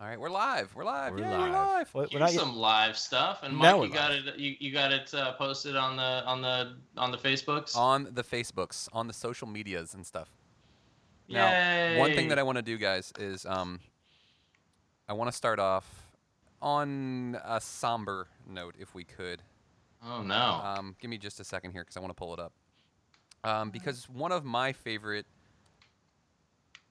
All right, we're live. We're live. We're Yay, live. We're live. What- Here's when I- some live stuff, and Now Mike, you we're got it. You, you got it uh, posted on the on the on the Facebooks. On the Facebooks, on the social medias and stuff. Yay. Now, one thing that I want to do, guys, is um, I want to start off on a somber note, if we could. oh no, Um, give me just a second here because I want to pull it up. Um, because one of my favorite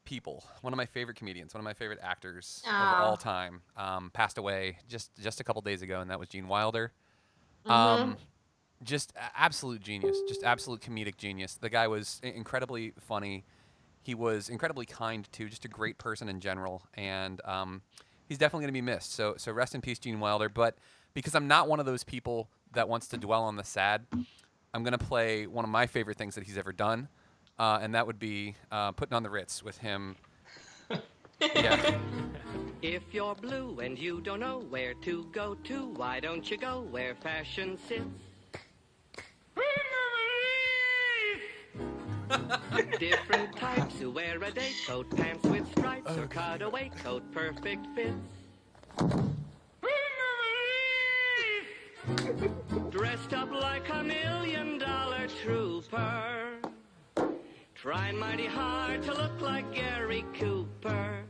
people, one of my favorite comedians, one of my favorite actors of Aw. all time, um, passed away just just a couple days ago, and that was Gene Wilder. Mhm. Um, just a- absolute genius, just absolute comedic genius. The guy was i- incredibly funny. He was incredibly kind too, just a great person in general, and um, he's definitely going to be missed. So so rest in peace, Gene Wilder. But because I'm not one of those people that wants to dwell on the sad, I'm going to play one of my favorite things that he's ever done, uh, and that would be uh, putting on the Ritz with him. yeah, If you're blue and you don't know where to go to, why don't you go where fashion sits? Different types who wear a day coat, pants with stripes, or cutaway coat, perfect fits. Dressed up like a million dollar trooper. Trying mighty hard to look like Gary Cooper.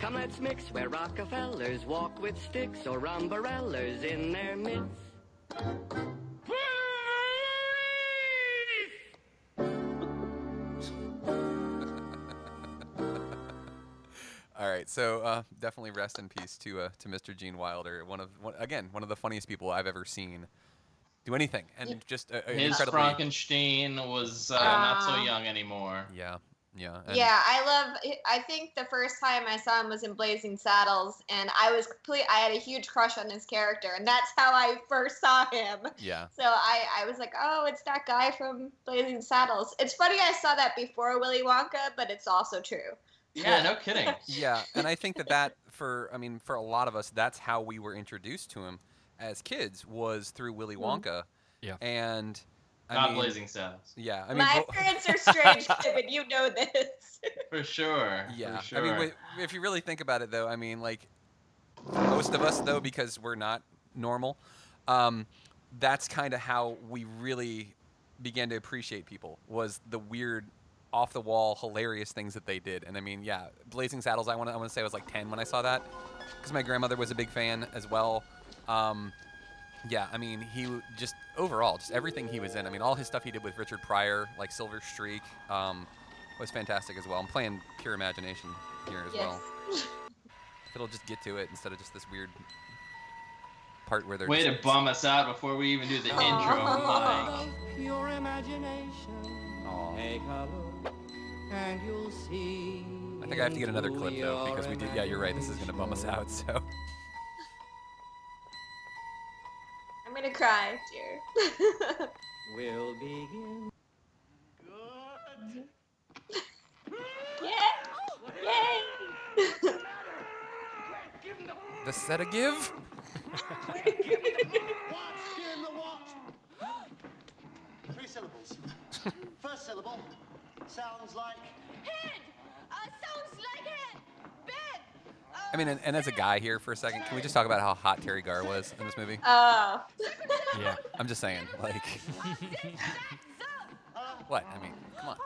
Come, let's mix where Rockefellers walk with sticks or umbrellas in their midst. all right. So uh, definitely rest in peace to uh, to Mr. Gene Wilder, one of one, again one of the funniest people I've ever seen do anything, and Yeah. just a, a his incredibly Frankenstein was uh, not so Ah. young anymore. yeah yeah and- yeah, I love. I think the first time I saw him was in Blazing Saddles, and I was complete. I had a huge crush on his character, and that's how I first saw him. yeah So I, I was like, oh, it's that guy from Blazing Saddles. It's funny I saw that before Willy Wonka, but it's also true. Yeah, no kidding. yeah and i think that that for i mean for a lot of us that's how we were introduced to him as kids was through willy Mhm. wonka Yeah. and i not mean Blazing Saddles yeah i mean My bo- parents are strange, Kevin. You know this. for sure. yeah for sure. i mean wi- if you really think about it though i mean like most of us though because we're not normal um, that's kind of how we really began to appreciate people was the weird off the wall hilarious things that they did and i mean yeah blazing saddles i want to I wanna say i was like 10 when i saw that because my grandmother was a big fan as well um, yeah i mean he w- just overall just everything he was in i mean all his stuff he did with richard pryor like silver streak um, was fantastic as well i'm playing pure imagination here as well if it'll just get to it instead of just this weird part where they're Way to just, bum us out before we even do the intro. Aw. Like, Your imagination, Aw. take a look, and you'll see. I think I have to get another clip though because we did. Yeah, you're right. This is gonna bum us out. So I'm gonna cry, dear. We'll begin. yeah, yay. the set a give. Give him the what? Three syllables. First syllable sounds like. I mean, and, and as a guy here for a second, can we just talk about how hot Terry Gar was in this movie? Oh, Yeah. I'm just saying, like, what? I mean, come on.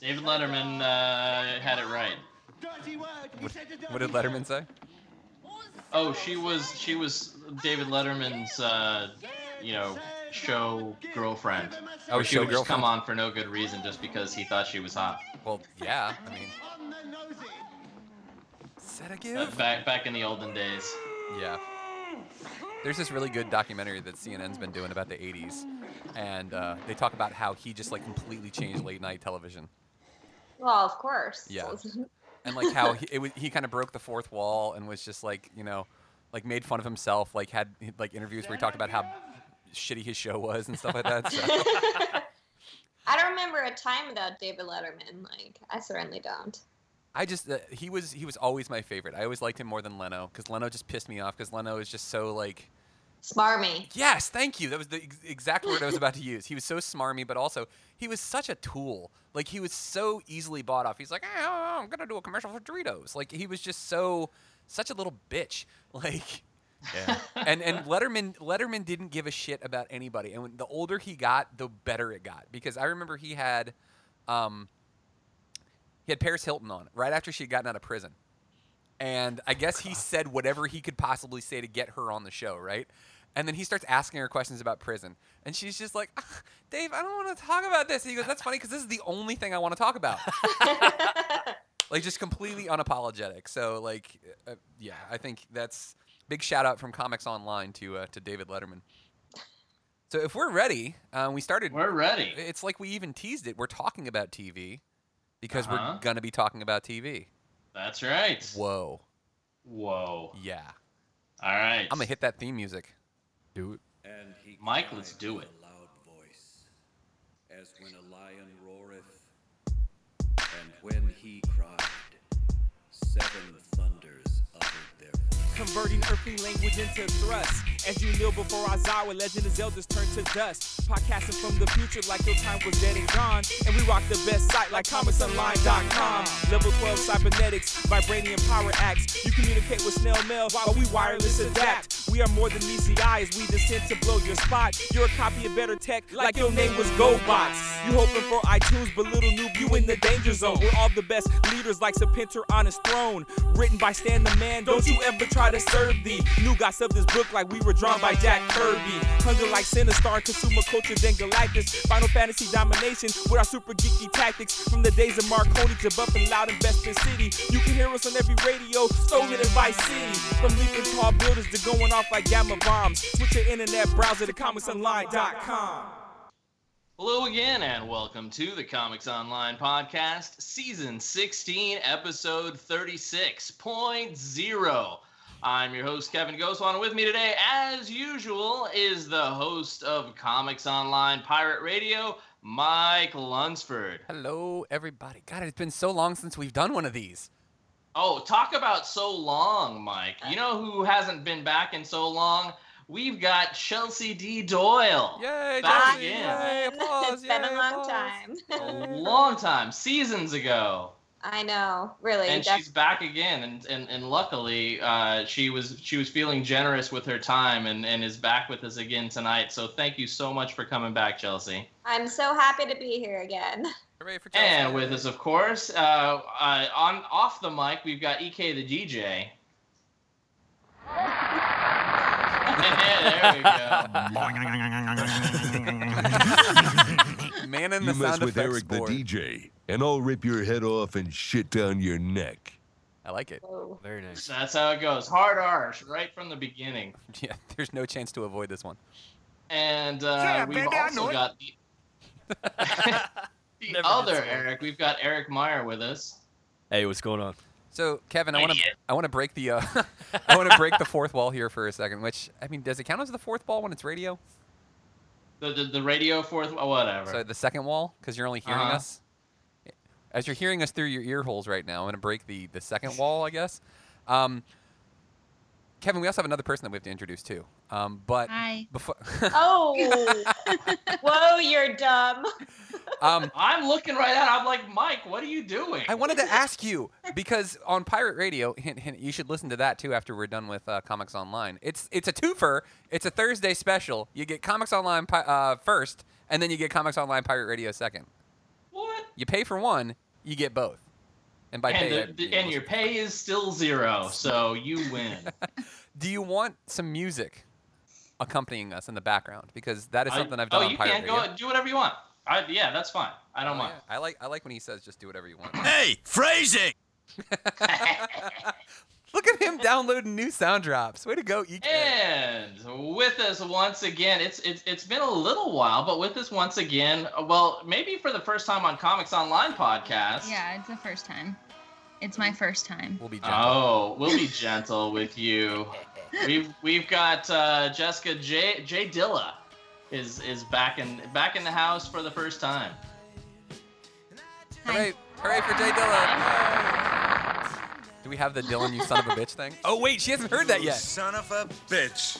David Letterman uh, had it right. Dirty word. You said a dirty What did Letterman say? Oh, she was she was David Letterman's uh, you know show girlfriend. Oh, Or she she the would just girlfriend? come on for no good reason just because he thought she was hot. Well, yeah. I mean, On the nosy. set a Uh, give. back back in the olden days. Yeah. There's this really good documentary that CNN's been doing about the 80s, and uh, they talk about how he just like completely changed late night television. well, of course. Yeah. and like how he, it was, he kind of broke the fourth wall and was just like you know like made fun of himself like had like interviews where he talked about how shitty his show was and stuff like that so. I don't remember a time without David Letterman. Like, I certainly don't. i just uh, he was he was always my favorite i always liked him more than leno because leno just pissed me off because leno is just so like Smarmy. Yes, thank you. That was the ex- exact word I was about to use. He was so smarmy, but also he was such a tool. Like he was so easily bought off. He's like, "Eh, I'm gonna do a commercial for Doritos. Like he was just so such a little bitch. Like, and and Letterman Letterman didn't give a shit about anybody. And when, the older he got, the better it got because I remember he had, um, he had Paris Hilton on right after she had gotten out of prison. And I guess he said whatever he could possibly say to get her on the show, right? And then he starts asking her questions about prison. And she's just like, "Ah, Dave, I don't want to talk about this. And he goes, That's funny because this is the only thing I want to talk about. like, just completely unapologetic. So, like, uh, yeah, I think that's big shout out from Comics Online to, uh, to David Letterman. So, if we're ready, uh, we started We're ready. it's like we even teased it. We're talking about TV because Uh-huh. we're gonna be talking about TV. That's right. Whoa, Whoa. yeah. All right. I'm gonna hit that theme music. Do it. And he Mike, let's cried do with it. A loud voice, as when a lion roareth, and when he cried, seven thunders uttered their voice. Converting earthly language into thrust. As you kneel before our Zawa, legend is elders turn to dust. Podcasting from the future like your time was dead and gone. And we rock the best site like comicsonline.com. Level 12 cybernetics, vibranium power acts. You communicate with snail mail while we wireless adapt. We are more than ECI as we descend to blow your spot. You're a copy of better tech like your name was GoBots. You hoping for iTunes, but little noob, you in the danger zone. We're all the best leaders like Sepinter on his throne. Written by Stan the Man, don't you ever try to serve the new guys of this book like we were drawn by Jack Kirby. Hunger like Sinistar, consumer culture, then Galactus. Final Fantasy domination with our super geeky tactics. From the days of Marconi to Buff and Loud Investment City. You can hear us on every radio, stolen in Vice City. From leaping tall buildings to going off like gamma bombs. Switch your internet browser to comicsonline.com. Hello again, and welcome to the Comics Online Podcast, Season 16, Episode 36.0. I'm your host, Kevin Goswan, and with me today, as usual, is the host of Comics Online Pirate Radio, Mike Lunsford. Hello, everybody. God, it's been so long since we've done one of these. Oh, talk about so long, Mike. You know who hasn't been back in so long? We've got Chelsea D. Doyle. Yay! Back Jesse, again. Yay! Applause! it's been a yay, long applause. time. A long time, seasons ago. I know, really. and def- she's back again and and, and luckily uh, she was she was feeling generous with her time and, and is back with us again tonight so thank you so much for coming back chelsea I'm so happy to be here again. Hooray for Chelsea. and with us of course uh, uh, on off the mic we've got ek the dj there we go man in You the mess sound with effects Eric board. the DJ, and I'll rip your head off and shit down your neck. I like it. Whoa. Very nice. that's how it goes hard arse right from the beginning Yeah, there's no chance to avoid this one. And uh, Yeah, we've baby, I know also it. got the, the other Eric. We've got Eric Meyer with us. Hey, what's going on? So, Kevin, I want to Idiot. I want to break the uh, I want to break the fourth wall here for a second. Which I mean, does it count as the fourth wall when it's radio? The, the, the radio fourth, oh, whatever. So the second wall, because you're only hearing Uh-huh. us. As you're hearing us through your ear holes right now, I'm gonna break the the second wall, I guess. Um, Kevin, we also have another person that we have to introduce too. Um, but Mm. Hi. before, Oh. Whoa, you're dumb. um, I'm looking right at. I'm like, Mike, what are you doing? I wanted to ask you because on Pirate Radio, hint, hint, you should listen to that too after we're done with uh, Comics Online. It's it's a twofer. It's a Thursday special. You get Comics Online pi- uh, first, and then you get Comics Online Pirate Radio second. what? You pay for one, you get both. And by pay, I And, the, mean the, and your pay is still zero, so you win. Do you want some music accompanying us in the background? Because that is I- something I, have done oh, on you Pirate can Radio. go do whatever you want. I, yeah, that's fine. I don't Oh, mind. yeah. I like I like when he says just do whatever you want. Hey, phrasing. Look at him downloading new sound drops. Way to go, E EK. And with us once again, it's it's it's been a little while, but with us once again, uh, well, maybe for the first time on Comics Online podcast. Yeah, it's the first time. It's my first time. We'll be gentle. Oh, we'll be gentle with you. We've we've got uh, Jessica J J Dilla is is back in back in the house for the first time. Oh. Hi. Hooray, hooray for Jay Dillon. Do we have the Dylan you son of a bitch thing? Oh wait, she hasn't heard that yet. Son of a bitch.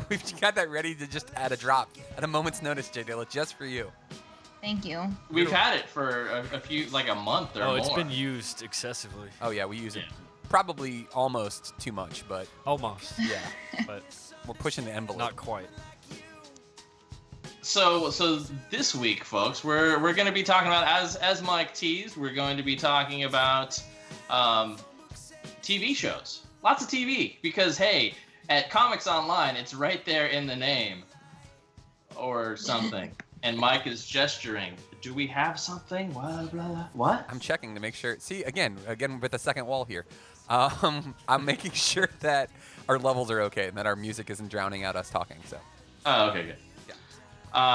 We've got that ready to just add a drop at a moment's notice, J Dilla, just for you. Thank you. We've had it for a, a few, like a month or Oh, more. it's been used excessively. Oh yeah, we use it probably almost too much, but almost. Yeah, but we're pushing the envelope. Not quite. So, so this week, folks, we're we're going to be talking about as as Mike teased, we're going to be talking about um, TV shows, lots of TV, because hey, at Comics Online, it's right there in the name, or something. and Mike is gesturing. Do we have something? Blah, blah, blah. What? I'm checking to make sure. See again, again with the second wall here. Um, I'm making sure that our levels are okay and that our music isn't drowning out us talking. So Oh, okay, good. Yeah.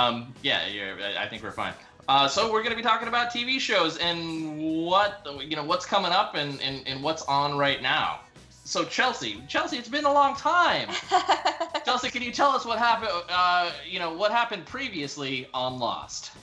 Um, yeah, you're, I- I think we're fine. Uh, so we're going to be talking about TV shows and what you know, what's coming up and, and, and what's on right now. So Chelsea, Chelsea, it's been a long time. Chelsea, can you tell us what happened? Uh, you know, what happened previously on Lost?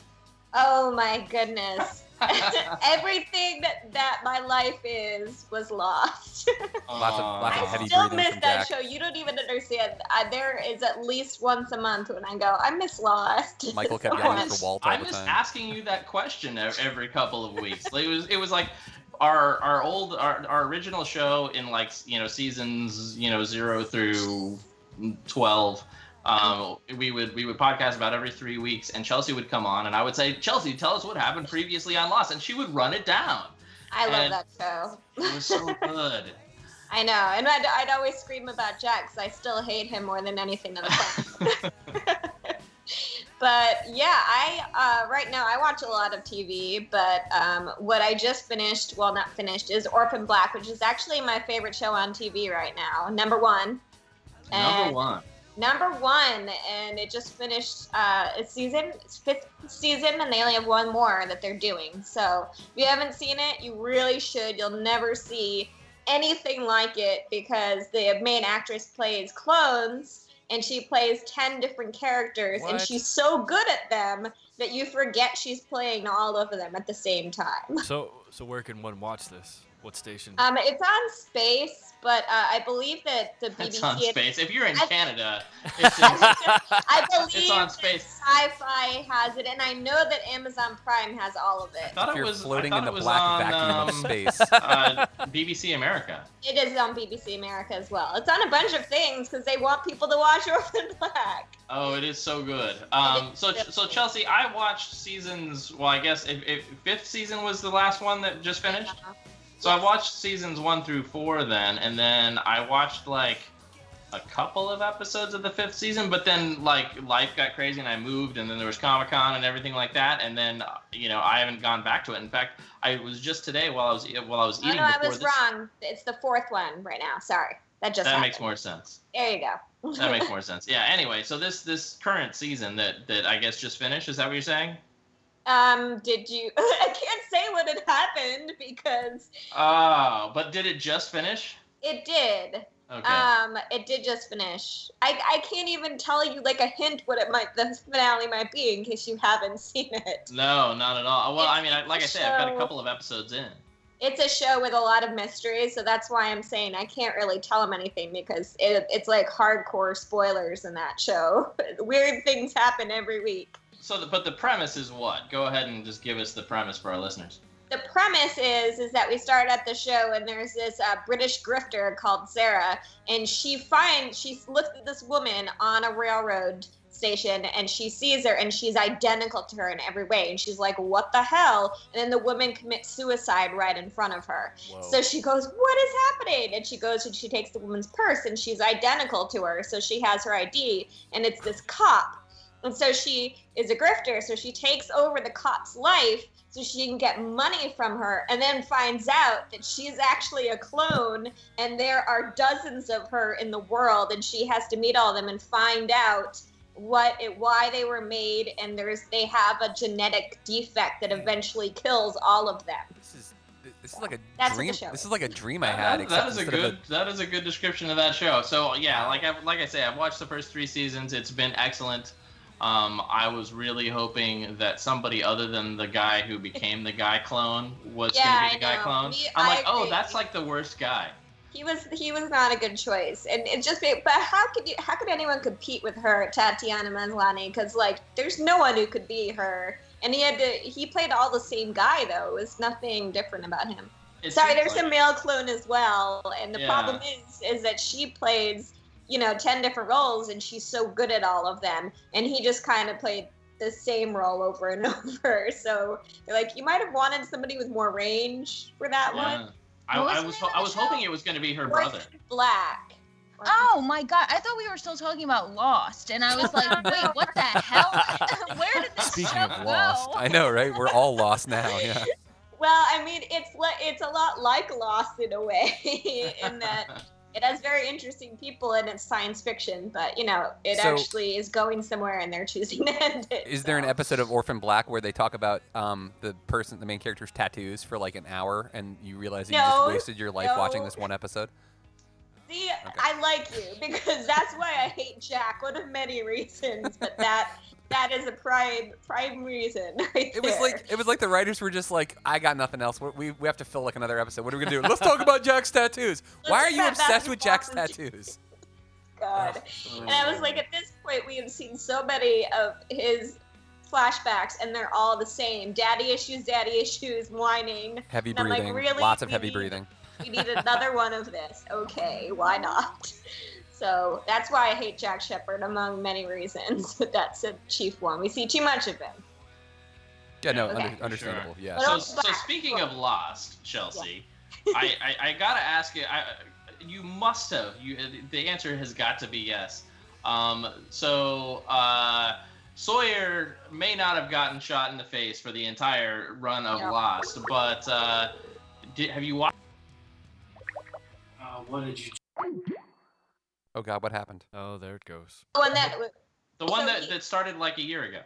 Oh my goodness. Everything that, that my life is was lost. lots of lots of heavy Still breathing miss from that Jack. show. You don't even understand. I, there is at least once a month when I go, I miss Lost. Michael Oh, kept Someone- yelling for Walt all I'm the just time. asking you that question ev- every couple of weeks. Like, it was it was like our our old our, our original show in like you know seasons you know zero through twelve. Um, we would we would podcast about every three weeks, and Chelsea would come on, and I would say, Chelsea, tell us what happened previously on Lost, and she would run it down. I love And- that show. It was so good. I know, and I'd, I'd always scream about Jack because I still hate him more than anything on the planet. but yeah, I uh, right now I watch a lot of TV, but um, what I just finished, well, not finished, is Orphan Black, which is actually my favorite show on TV right now, number one. Number And- one. Number one, and it just finished uh, its season, its fifth season, and they only have one more that they're doing. So if you haven't seen it, you really should. You'll never see anything like it because the main actress plays clones, and she plays ten different characters, and What? she's so good at them that you forget she's playing all of them at the same time. So, so where can one watch this? What station? Um, it's on Space, but uh, I believe that the BBC. It's on space. If you're in I- Canada, it's, just, I believe it's on space. Sci-Fi has it, and I know that Amazon Prime has all of it. I thought If it you're was I floating thought in it the was black on, vacuum of um, space. uh, BBC America. It is on BBC America as well. It's on a bunch of things because they want people to watch Orphan Black. Oh, it is so good. Um, so so Chelsea, I watched seasons. Well, I guess if, if fifth season was the last one that just Uh-huh. finished. So I watched seasons one through four then, and then I watched like a couple of episodes of the fifth season. But then like life got crazy, and I moved, and then there was Comic Con and everything like that. And then uh, you know I haven't gone back to it. In fact, I was just today while I was while I was Oh eating no, I before was this- wrong. It's the fourth one right now. Sorry, that just that happened. makes more sense. There you go. That makes more sense. Yeah. Anyway, so this this current season that that I guess just finished. Is that what you're saying? um, did you? I can't say when it happened because Oh, but did it just finish? it did. Okay. Um, it did just finish. I I can't even tell you like a hint what it might the finale might be in case you haven't seen it. no, not at all. Well, I mean, I, like I said, I've got a so- couple of episodes in. it's a show with a lot of mysteries, so that's why I'm saying I can't really tell them anything because it, it's like hardcore spoilers in that show. Weird things happen every week. So, the, but the premise is what? Go ahead and just give us the premise for our listeners. The premise is is that we start at the show and there's this uh, British grifter called Sarah, and she finds she looks at this woman on a railroad station and she sees her and she's identical to her in every way and she's like what the hell and then the woman commits suicide right in front of her So she goes, What is happening? And she goes and she takes the woman's purse and she's identical to her. So she has her ID and it's this cop. And so she is a grifter. So she takes over the cop's life so she can get money from her and then finds out that she's actually a clone and there are dozens of her in the world and she has to meet all of them and find out what it why they were made and there's they have a genetic defect that eventually kills all of them. This is this is like a That's what dream. the show This is. is like a dream I That- had. that except is a instead of good that is a good description of that show. So yeah, like I like I say, I've watched the first three seasons. It's been excellent. Um, I was really hoping that somebody other than the guy who became the guy clone was Yeah, going to I be the guy know. clone. Me- I'm I like, oh, agree. that's like the worst guy. He was he was not a good choice, and it just made, but how could you how could anyone compete with her Tatiana Maslany? Because like there's no one who could be her, and he had to he played all the same guy though. It was nothing different about him. It Sorry, seems there's like- a male clone as well, and the Yeah. problem is is that she plays you know ten different roles, and she's so good at all of them, and he just kind of played the same role over and over. So they're like, you might have wanted somebody with more range for that Yeah. one. I, What was I the was name ho- of I the was show? hoping it was going to be her brother. Black. Oh my god! I thought we were still talking about Lost, and I was like, "Wait, what the hell? Where did this Speaking show go?" of Lost, I know, right? We're all lost now. Yeah. Well, I mean, it's li- it's a lot like Lost in a way, in that it has very interesting people and it's science fiction, but you know, it So- actually is going somewhere and they're choosing to end it. Is there an so. episode of Orphan Black where they talk about um, the person, the main character's tattoos for like an hour, and you realize that you No, just wasted your life no. watching this one episode? See, I like you because that's why I hate Jack. One of many reasons, but that that is a prime prime reason. Right It was there. like it was like the writers were just like, I got nothing else. We, we, we have to fill like another episode. What are we gonna do? Let's talk about Jack's tattoos. Let's Why are you talk about obsessed with Jack's Jack's tattoos? God. And I was like, at this point, we have seen so many of his flashbacks, and they're all the same: daddy issues, daddy issues, whining. Heavy And I'm like, breathing. really? Lots of We heavy need- breathing. We need another one of this. Okay, why not? So that's why I hate Jack Shepard, among many reasons. But that's a chief one. We see too much of him. Yeah, no, Okay. under- For sure. understandable. Yeah. But so, also so black. speaking of Lost, Chelsea, I, I, I gotta ask you. I, you must have. You, the answer has got to be yes. Um, so uh, Sawyer may not have gotten shot in the face for the entire run of Yeah. Lost, but uh, did, have you watched? Uh, what did you Oh God, what happened? Oh, there it goes. The one that The one So that, he- that started like a year ago.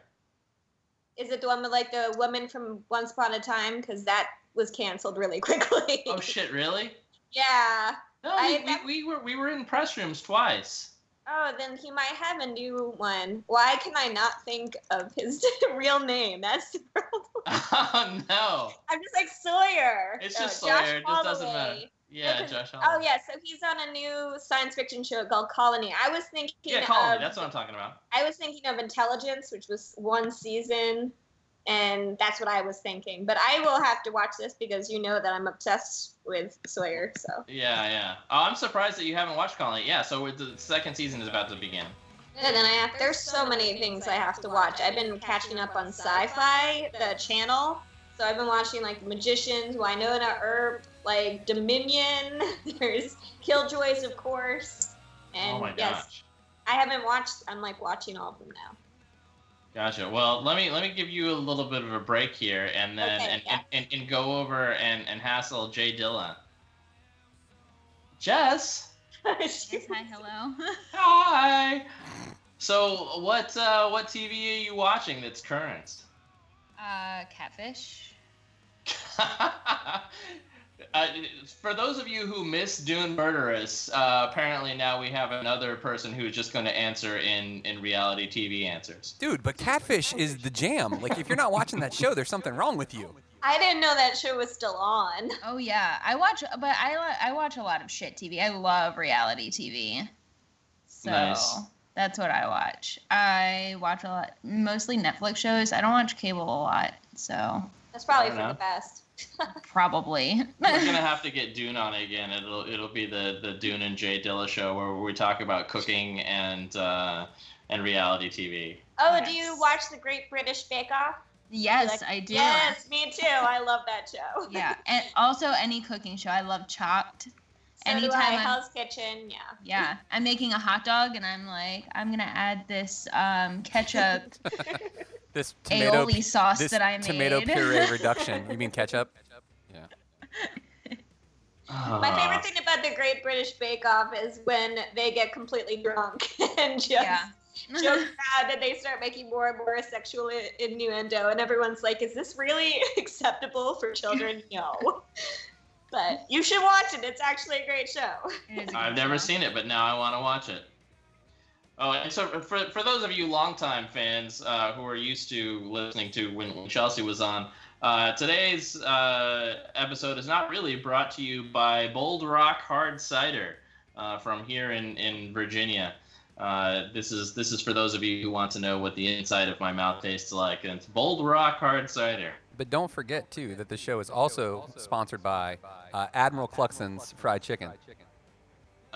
is it. The one with like the woman from Once Upon a Time, because that was canceled really quickly. Oh shit! Really? yeah. No, I- we, we, we were we were in press rooms twice. Oh, then he might have a new one. Why can I not think of his real name? That's the problem. oh no! I'm just like Sawyer. It's No, just Josh Sawyer. It just doesn't matter. Holloway. Yeah, Because- Josh. Oh Holloway. yeah, so he's on a new science fiction show called Colony. I was thinking Yeah, Colony. of That's what I'm talking about. I was thinking of Intelligence, which was one season, and that's what I was thinking. But I will have to watch this because you know that I'm obsessed with Sawyer. So Yeah, yeah. Oh, I'm surprised that you haven't watched Colony. Yeah, so it- the second season is about to begin. and then I have there's so many things I have to watch. I've been catching up on Sci-Fi, the channel. So I've been watching like Magicians, Winona Earp, like Dominion. There's Killjoys, of course. And oh my yes, gosh. I haven't watched. I'm like watching all of them now. Gotcha. Well, let me let me give you a little bit of a break here, and then Okay, and, yeah. and, and, and go over and and hassle Jay Dillon. Jess. Yes, hi, hello. Hi. So what uh, what TV are you watching that's current? Uh, catfish. uh, for those of you who miss Dune Murderous, uh, apparently now we have another person who is just going to answer in in reality TV answers. Dude, but Catfish is the jam. Like, if you're not watching that show, there's something wrong with you. I didn't know that show was still on. Oh yeah, I watch, but I li- I watch a lot of shit TV. I love reality TV, so Nice. that's what I watch. I watch a lot, mostly Netflix shows. I don't watch cable a lot, so That's probably Fair for the enough. best. probably. We're gonna have to get Dune on again. It'll it'll be the the Dune and Jay Dilla show where we talk about cooking and uh, and reality TV. Oh, Yes. do you watch the Great British Bake Off? yes, Like, I do. Yes, me too. I love that show. Yeah, and also any cooking show. I love Chopped. So do Anytime I. I'm- Hell's Kitchen. Yeah. Yeah, I'm making a hot dog, and I'm like, I'm gonna add this um, ketchup This tomato, aioli sauce this that I made. tomato puree reduction. You mean ketchup? My Ah. favorite thing about the Great British Bake Off is when they get completely drunk and just Yeah. joke around and they start making more and more sexual i- innuendo, and everyone's like, "Is this really acceptable for children?" No. But you should watch it. It's actually a great show. It is a I've good never show. seen it, but now I want to watch it. Oh, and so for, for those of you longtime fans uh, who are used to listening to when, when Chelsea was on, Uh, today's uh, episode is not really brought to you by Bold Rock Hard Cider uh, from here in, in Virginia. Uh, this is this is for those of you who want to know what the inside of my mouth tastes like, and it's Bold Rock Hard Cider. But don't forget too that the show is also sponsored by uh, Admiral Cluxon's Fried Chicken.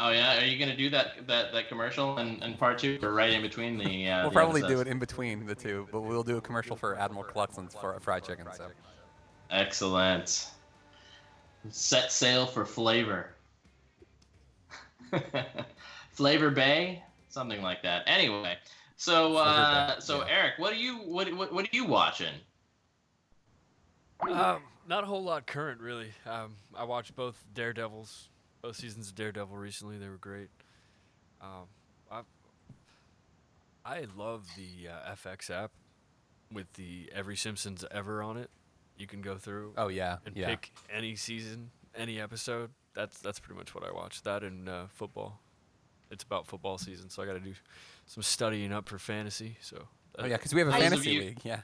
Oh yeah, are you gonna do that that, that commercial and, and part two or right in between the? Uh, We'll the probably episodes? do it in between the two, but we'll do a commercial for Admiral Cluxon's fr- Fried Chicken. So Excellent. Set sail for Flavor. Flavor Bay, something like that. Anyway, so Flavor uh, Bay, so Eric, what are you what, what what are you watching? Um, not a whole lot current, really. Um, I watched both Daredevils, both seasons of Daredevil recently. They were great. Um, I I love the uh, FX app with the every Simpsons ever on it. You can go through. Oh, yeah, and yeah. pick any season, any episode. That's that's pretty much what I watch. That and uh, football. It's about football season, so I got to do some studying up for fantasy. So. Oh, yeah, 'cause we have a those of fantasy you- league, yeah.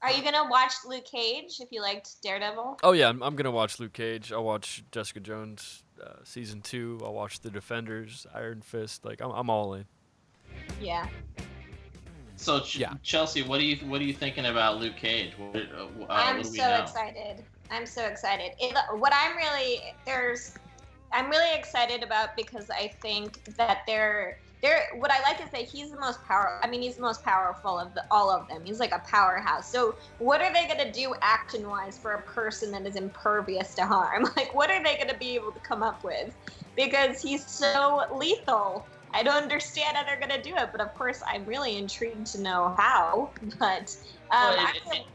Are you gonna watch Luke Cage if you liked Daredevil? Oh yeah, I'm, I'm gonna watch Luke Cage. I'll watch Jessica Jones uh, season two. I'll watch The Defenders, Iron Fist. Like I'm, I'm all in. Yeah. So Ch- Chelsea, what are you what are you thinking about Luke Cage? What, uh, uh, what I'm do we so know? excited. I'm so excited. It, what I'm really there's I'm really excited about because I think that they're they're what I like is that he's the most power I mean he's the most powerful of the, all of them. He's like a powerhouse. So what are they going to do action wise for a person that is impervious to harm? Like what are they going to be able to come up with? Because he's so lethal. I don't understand how they're going to do it, but of course I'm really intrigued to know how. But um, Well, it- I'm it- really-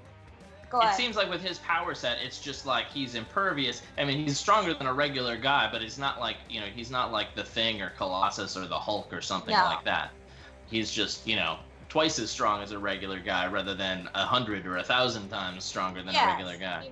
go It ahead. seems like with his power set, it's just like he's impervious. I mean, he's stronger than a regular guy, but he's not like you know, he's not like the Thing or Colossus or the Hulk or something No. like that. He's just you know twice as strong as a regular guy, rather than a hundred or a thousand times stronger than Yes. a regular guy.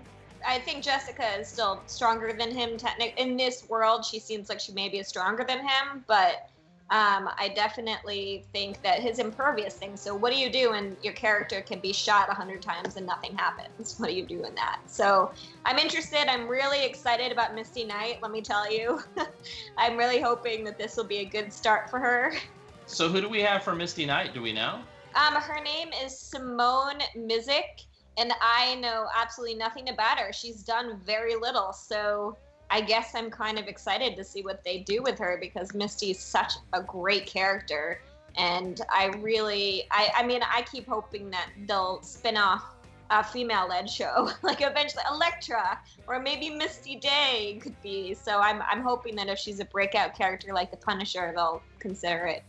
I think Jessica is still stronger than him. Technic in this world, she seems like she maybe is stronger than him, but um, I definitely think that his impervious thing. So, what do you do when your character can be shot a hundred times and nothing happens? What do you do in that? So, I'm interested. I'm really excited about Misty Knight. Let me tell you, I'm really hoping that this will be a good start for her. So who do we have for Misty Knight? Do we know? Um, her name is Simone Mizik, and I know absolutely nothing about her. She's done very little, so I guess I'm kind of excited to see what they do with her because Misty's such a great character, and I really, I, I mean, I keep hoping that they'll spin off a female-led show, like eventually Elektra or maybe Misty Day could be. So I'm, I'm hoping that if she's a breakout character like the Punisher, they'll consider it.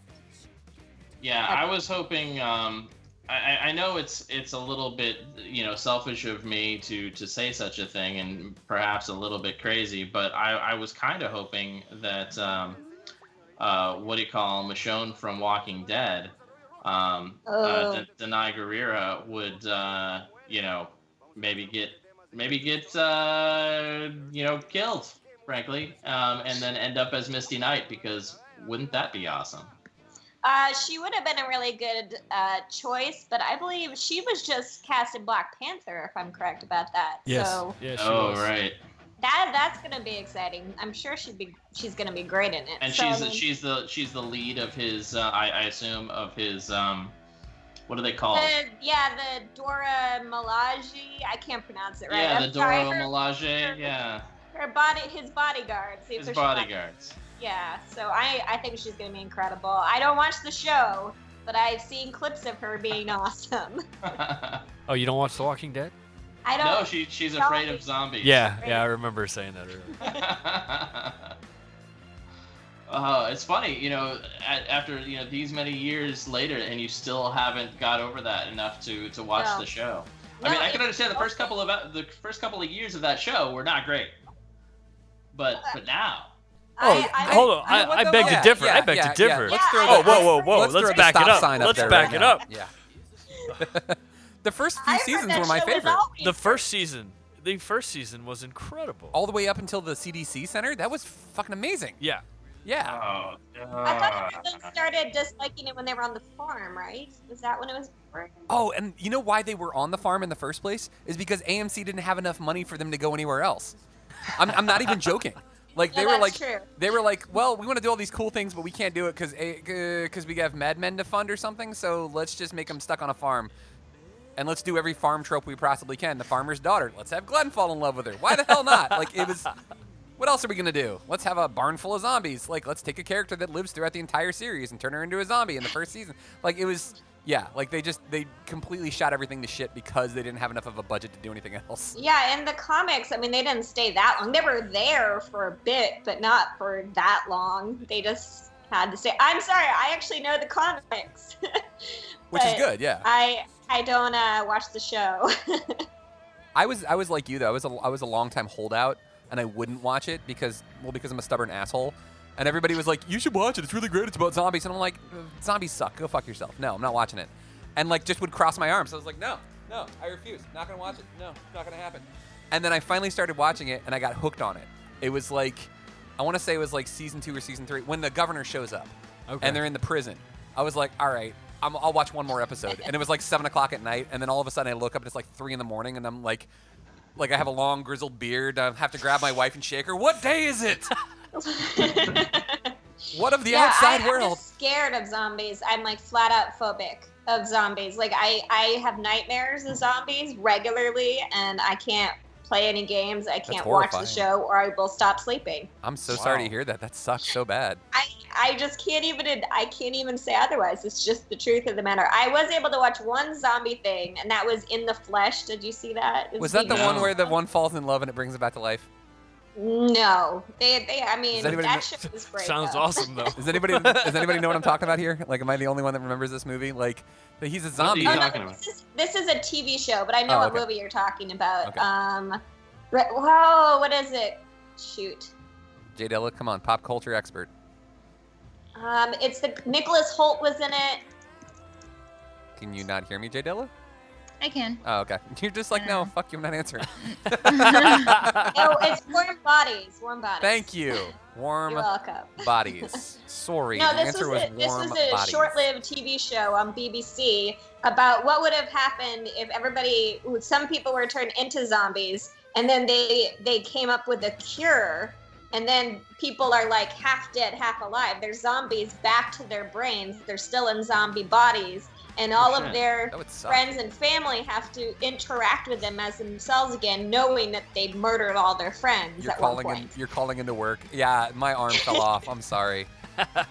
Yeah, I was hoping. Um, I, I- I know it's it's a little bit you know selfish of me to to say such a thing and perhaps a little bit crazy, but I, I was kind of hoping that um, uh, what do you call Michonne from Walking Dead, um, Oh. uh, D- Denai Guerrera would uh, you know maybe get maybe get uh, you know killed frankly, um, and then end up as Misty Knight because wouldn't that be awesome? Uh, she would have been a really good uh, choice, but I believe she was just cast in Black Panther, if I'm correct about that. So Yeah. She Oh was. right. that that's gonna be exciting. I'm sure she'd be she's gonna be great in it. and So, I she's mean, she's the she's the lead of his uh, I, I assume of his um what do they call it the, yeah the Dora Milaje. I can't pronounce it right. yeah I'm the sorry, Dora her- Milaje yeah Her body, his bodyguards. the his official body- bodyguards Yeah. So I I think she's gonna be incredible. I don't watch the show, but I've seen clips of her being awesome. Oh, you don't watch The Walking Dead? I don't. no she she's afraid of zombies Yeah, yeah, I remember saying that earlier. uh, it's funny you know a after you know these many years later and you still haven't got over that enough to to watch No. the show No, I mean I it's can understand the first couple of e, the first couple of years of that show were not great but but now Oh, hold on. I, I, beg to differ. I beg to differ. oh, whoa, whoa, whoa. Let's, throw the back stop it up. sign Let's there back right it now. up. Yeah. the first few seasons that were my show was favorite. always The first season, the first season was incredible. Oh. All the way up until the CDC Center, that was fucking amazing. Yeah. Yeah. Oh, I thought everyone started disliking it when they were on the farm, right? Was that when it was born? Oh, and you know why they were on the farm in the first place is because AMC didn't have enough money for them to go anywhere else. I'm, I'm not even joking. Like Yeah, they were like that's true. they were like, well, we want to do all these cool things, but we can't do it because because we have Mad Men to fund or something. So let's just make them stuck on a farm, and let's do every farm trope we possibly can. The farmer's daughter. Let's have Glenn fall in love with her. Why the hell not? Like it was. What else are we gonna do? Let's have a barn full of zombies. Like let's take a character that lives throughout the entire series and turn her into a zombie in the first season. Like it was. Yeah, like they just they completely shot everything to shit because they didn't have enough of a budget to do anything else. Yeah, in the comics, I mean, they didn't stay that long. They were there for a bit, but not for that long. They just had to stay. I'm sorry, I actually know the comics, Which is But good, yeah. I I don't uh, watch the show. I was I was like you though. I was a, I was a long time holdout, and I wouldn't watch it because well because I'm a stubborn asshole. And everybody was like, "You should watch it. It's really great. It's about zombies." And I'm like, "Uh, "Zombies suck. Go fuck yourself. No, I'm not watching it." And like just would cross my arms. I was like, "No, no, I refuse. Not gonna watch it. No, not gonna happen." And then I finally started watching it, and I got hooked on it. It was like, I want to say it was like season two or season three when the governor shows up, Okay. and they're in the prison. I was like, all right, I'm, I'll watch one more episode. And it was like seven o'clock at night, and then all of a sudden I look up and it's like three in the morning, and I'm like, like I have a long grizzled beard. I have to grab my wife and shake her. What day is it? What of the yeah, outside I, I'm world? just scared of zombies. I'm like flat out phobic of zombies. Like I I have nightmares of zombies regularly, and I can't play any games. I can't watch the horrifying. show, or I will stop sleeping. I'm so sorry to Wow. hear that. That sucks so bad. I I just can't even I can't even say otherwise. It's just the truth of the matter. I was able to watch one zombie thing, and that was in the flesh. Did you see that? It's Was that the No. one where the one falls in love and it brings him back to life? No, they they. I mean, Does anybody that know- show was great. Sounds though. awesome though. Does anybody does anybody know what I'm talking about here? Like, am I the only one that remembers this movie? Like, that he's a zombie. you Oh, no, talking about? this, is, this is a TV show, but I know Oh, what okay. movie you're talking about. Okay. Um, but, whoa, what is it? Shoot. Jay Dilla, come on, pop culture expert. Um, it's the Nicholas Holt was in it. Can you not hear me, Jay Dilla? I can. Oh, okay. You're just like, no, fuck you, I'm not answering. Oh, it's Warm Bodies. Warm Bodies. Thank you. Warm You're welcome. bodies. Sorry, No, the this answer was, was, a, this warm was a bodies. short-lived TV show on BBC about what would have happened if everybody, some people were turned into zombies, and then they they came up with a cure, and then people are like half dead, half alive. They're zombies back to their brains. They're still in zombie bodies, and all of shit. their That would suck. friends and family have to interact with them as themselves again, knowing that they murdered all their friends You're at one calling point. in, you're calling into work. Yeah, my arm fell off. I'm sorry.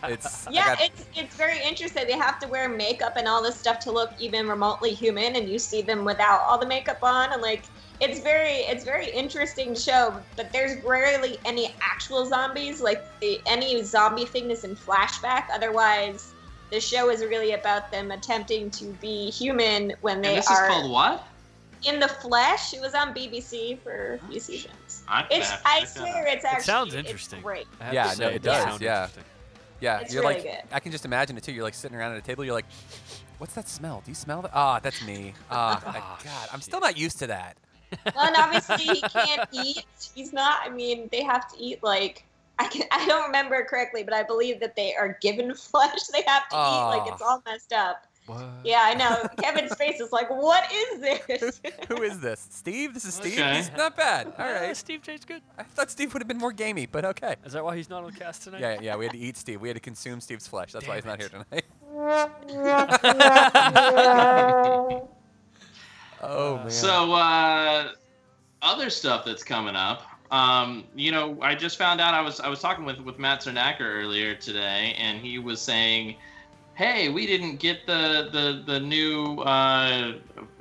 It's I Yeah, got- it's it's very interesting. They have to wear makeup and all this stuff to look even remotely human, and you see them without all the makeup on, and like it's very it's very interesting show. But there's rarely any actual zombies. Like the, any zombie thing is in flashback. Otherwise, the show is really about them attempting to be human when and they this are is called what? in the flesh. It was on BBC for a few seasons. I'm gonna It's have to I check that uh, swear it's actually sounds it's interesting. great. I have Yeah, to no, say, it does does, sound yeah. interesting. yeah, it's you're really like good. I can just imagine it too. You're like sitting around at a table. You're like, what's that smell? Do you smell that? Ah, that's me. Ah, my Ah, God, I'm shit. still not used to that. Well, and obviously he can't eat. He's not. I mean, they have to eat like I can. I don't remember correctly, but I believe that they are given flesh. They have to eat like it's Aw. all messed up. What? Yeah, I know. Kevin's face is like, what is this? Who is this? Steve? This is Steve. Okay. He's not bad. All Yeah, right. Steve J's good. I thought Steve would have been more gamey, but okay. Is that why he's not on the cast tonight? Yeah, yeah, we had to eat Steve. We had to consume Steve's flesh. That's why he's Damn not here tonight. oh man. So, uh, other stuff that's coming up. Um, you know, I just found out I was I was talking with with Matt Zernacker earlier today, and he was saying, "Hey, we didn't get the the the new uh,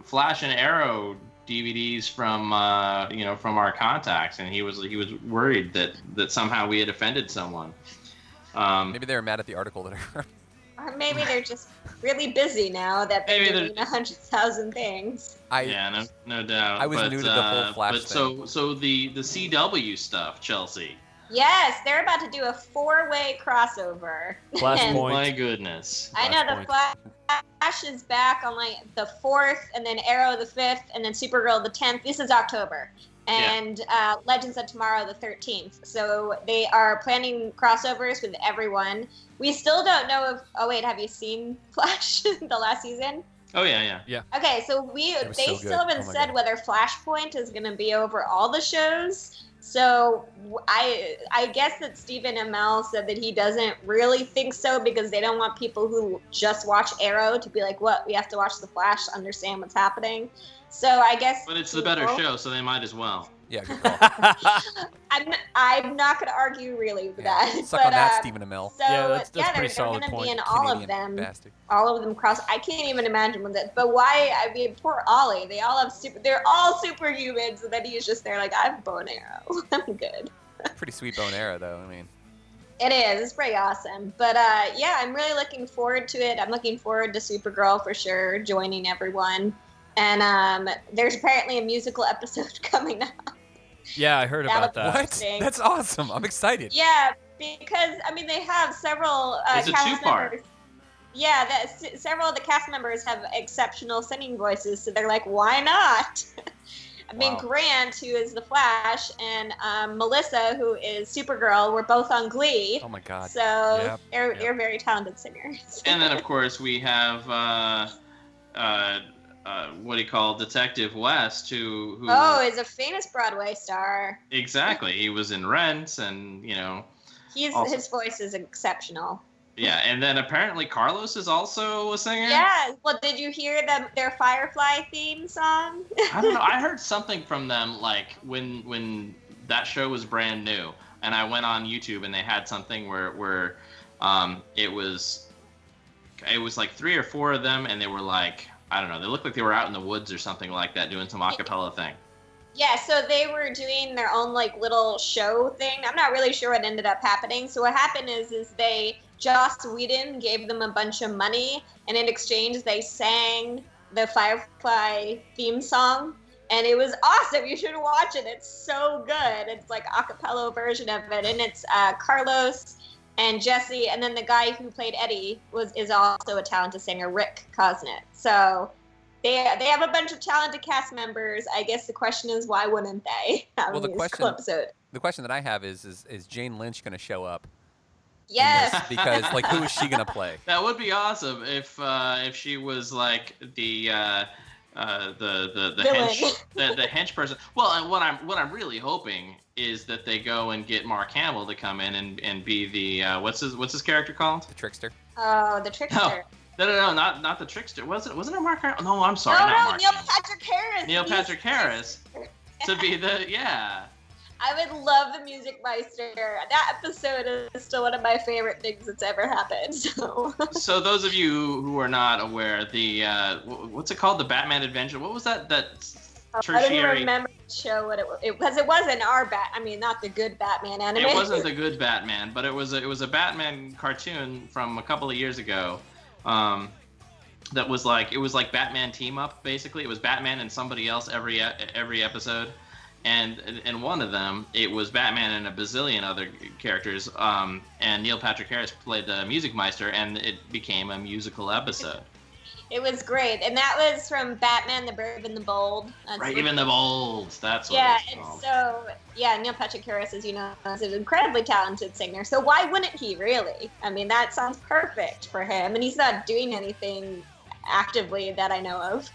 Flash and Arrow DVDs from uh, you know from our contacts," and he was he was worried that that somehow we had offended someone. Um, maybe they were mad at the article that I wrote. or maybe they're just really busy now that they're Maybe they're- doing a hundred thousand things. I yeah, no, no doubt. I was but, new to the whole uh, Flash But so so the the CW stuff, Chelsea. Yes, they're about to do a four-way crossover. And- Flashpoint. Oh My goodness. I know the Flashpoint. Flash is back on like the fourth, and then Arrow the fifth, and then Supergirl the tenth. This is October, and uh, Legends of Tomorrow the 13th. So they are planning crossovers with everyone. We still don't know if. Oh wait, have you seen Flash the last season? Oh yeah, yeah. Yeah. Okay, so we It they was so good. still haven't Oh my said God. whether Flashpoint is going to be over all the shows. So w- I I guess that Stephen Amell said that he doesn't really think so because they don't want people who just watch Arrow to be like, "What? We have to watch the Flash to understand what's happening." So I guess. But it's the better Well, show, so they might as well. Yeah, good call. I'm I'm not going to argue really with Yeah. that. Suck but, on that, um, Stephen Amell. So Yeah, that's- that's yeah, they're, pretty they're solid going to be point. in all of them Canadian Bastard. all of them cross. I can't even imagine what that. But why? I mean, poor Ollie. They all have super. They're all superhumans, and then he's just there like, I'm bone arrow. I'm good. Pretty sweet bone arrow, though. I mean, It is. It's pretty awesome. But uh, yeah, I'm really looking forward to it. I'm looking forward to Supergirl for sure joining everyone. And um, there's apparently a musical episode coming up. Yeah, I heard That about would- that. what? Interesting. That's awesome. I'm excited. Yeah, because I mean they have several uh, It's a cast two-part. members. Yeah, that, s- several of the cast members have exceptional singing voices, so they're like, why not? I mean, Wow. Grant, who is the Flash, and um, Melissa, who is Supergirl, were both on Glee. Oh my God. so Yep, they're, yep. they're very talented singers. And then of course we have uh, uh, uh, what do you call Detective West, who who oh, is a famous Broadway star. exactly he was in Rent, and you know He's Awesome. his voice is exceptional. yeah, and then apparently Carlos is also a singer. Yeah. Well, did you hear them their Firefly theme song? I don't know. I heard something from them like when when that show was brand new, and I went on YouTube and they had something where where um, it was it was like three or four of them, and they were like I don't know. They looked like they were out in the woods or something like that, doing some acapella thing. Yeah, so they were doing their own like little show thing. I'm not really sure what ended up happening. So what happened is is they Joss Whedon gave them a bunch of money and in exchange they sang the Firefly theme song and it was awesome. You should watch it. It's so good. It's like a cappella version of it and it's uh, Carlos and Jesse and then the guy who played Eddie was is also a talented singer, Rick Cosnett. So they they have a bunch of talented cast members. I guess the question is why wouldn't they? Have Well, the these question- episode. The question that I have is: Is, is Jane Lynch going to show up? in Yes. this? Because like, who is she going to play? That would be awesome if uh, if she was like the uh, uh, the the the Villain. hench, the, the hench person. Well, and what I'm what I'm really hoping is that they go and get Mark Hamill to come in and, and be the uh, what's his what's his character called? The trickster. Oh, the trickster. No, no, no, not not the trickster. Was it? Wasn't it Mark? Har- No, I'm Oh, sorry, not no, Mark. Neil Hamill. Patrick Harris. Neil He's- Patrick Harris to be the yeah. I would love the Music Meister. That episode is still one of my favorite things that's ever happened. So So those of you who are not aware, the uh, wh- what's it called? The Batman Adventure. What was that? That I don't even tertiary. remember the show what it was because it, wasn't our bat. I mean, not the good Batman anime. It wasn't the good Batman, but it was a, it was a Batman cartoon from a couple of years ago. Um, that was like it was like Batman team up basically. It was Batman and somebody else every e- every episode, and and one of them it was Batman and a bazillion other characters. Um, and Neil Patrick Harris played the Music Meister, and it became a musical episode. It was great, and that was from Batman: The Brave and the Bold. That's right, the- even the old. That's what Yeah, it was and called. so yeah, Neil Patrick Harris, as you know, is an incredibly talented singer. So why wouldn't he really? I mean, that sounds perfect for him, and he's not doing anything actively that I know of.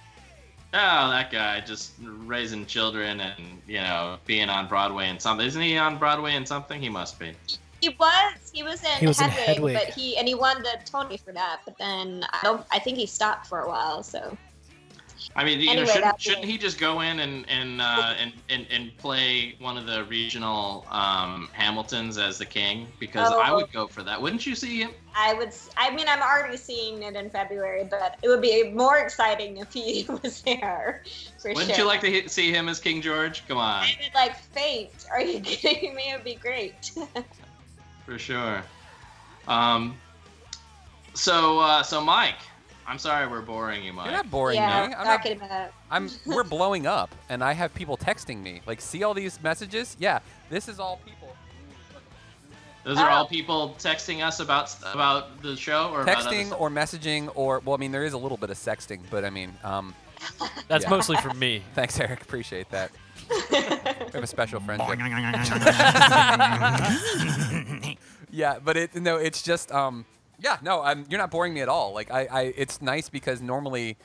Oh, that guy just raising children and you know being on Broadway and something. Isn't he on Broadway and something? He must be. He was he was in, He was in Hedwig. Hedwig, but he and he won the Tony for that. But then I don't. I think he stopped for a while. So I mean, you Anyway, know, shouldn't, that's shouldn't it. he just go in and and, uh, and and and play one of the regional um, Hamiltons as the king? Because I Oh. would go for that. Wouldn't you see him? I would. s- I mean, I'm already seeing it in February, but it would be more exciting if he was there for Wouldn't sure. you like to he- see him as King George? Come on, I would like faint. Are you kidding me? It would be great. for sure. Um, so uh, so Mike, I'm sorry we're boring you, Mike. You're not boring yeah, me. I'm not talking about. I'm we're blowing up, and I have people texting me. Like, see all these messages? Yeah, this is all people Those are Oh. all people texting us about about the show or about other texting or messaging or well, I mean, there is a little bit of sexting, but I mean, um, That's Yeah. mostly from me. thanks, Eric. Appreciate that. have a special friendship. yeah, but it no, it's just um, yeah, no, I'm, you're not boring me at all. Like I, I, it's nice because normally.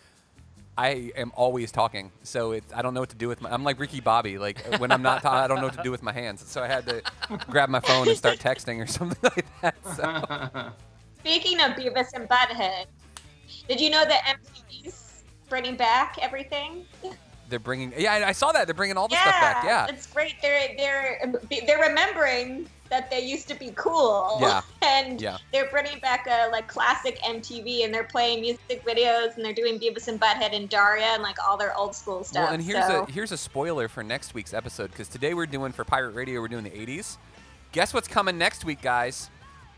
I am always talking, so it's I don't know what to do with my. I'm like Ricky Bobby, like when I'm not, ta- I don't know what to do with my hands, so I had to grab my phone and start texting or something like that. So. Speaking of Beavis and Butthead, did you know that MTV's bringing back everything? They're bringing, yeah, I, I saw that they're bringing all the yeah, stuff back. Yeah, it's great. They're they're they're remembering that they used to be cool. Yeah. and Yeah. they're bringing back a like classic MTV, and they're playing music videos, and they're doing Beavis and Butthead and Daria, and like all their old school stuff. Well, and here's so. a here's a spoiler for next week's episode because today we're doing for Pirate Radio we're doing the 80s. Guess what's coming next week, guys?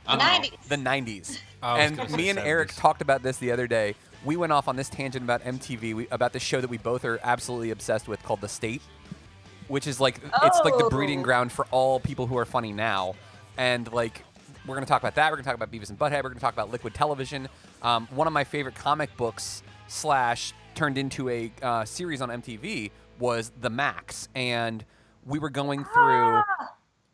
Uh-oh. 90s. uh, The 90s. I was and gonna say me and Eric 70s. talked about this the other day. We went off on this tangent about MTV, we, about the show that we both are absolutely obsessed with called The State, which is like it's like the breeding Oh. ground for all people who are funny now. And like we're gonna talk about that. We're gonna talk about Beavis and Butthead. We're gonna talk about Liquid Television. Um, one of my favorite comic books slash turned into a uh, series on MTV was The Max, and we were going through.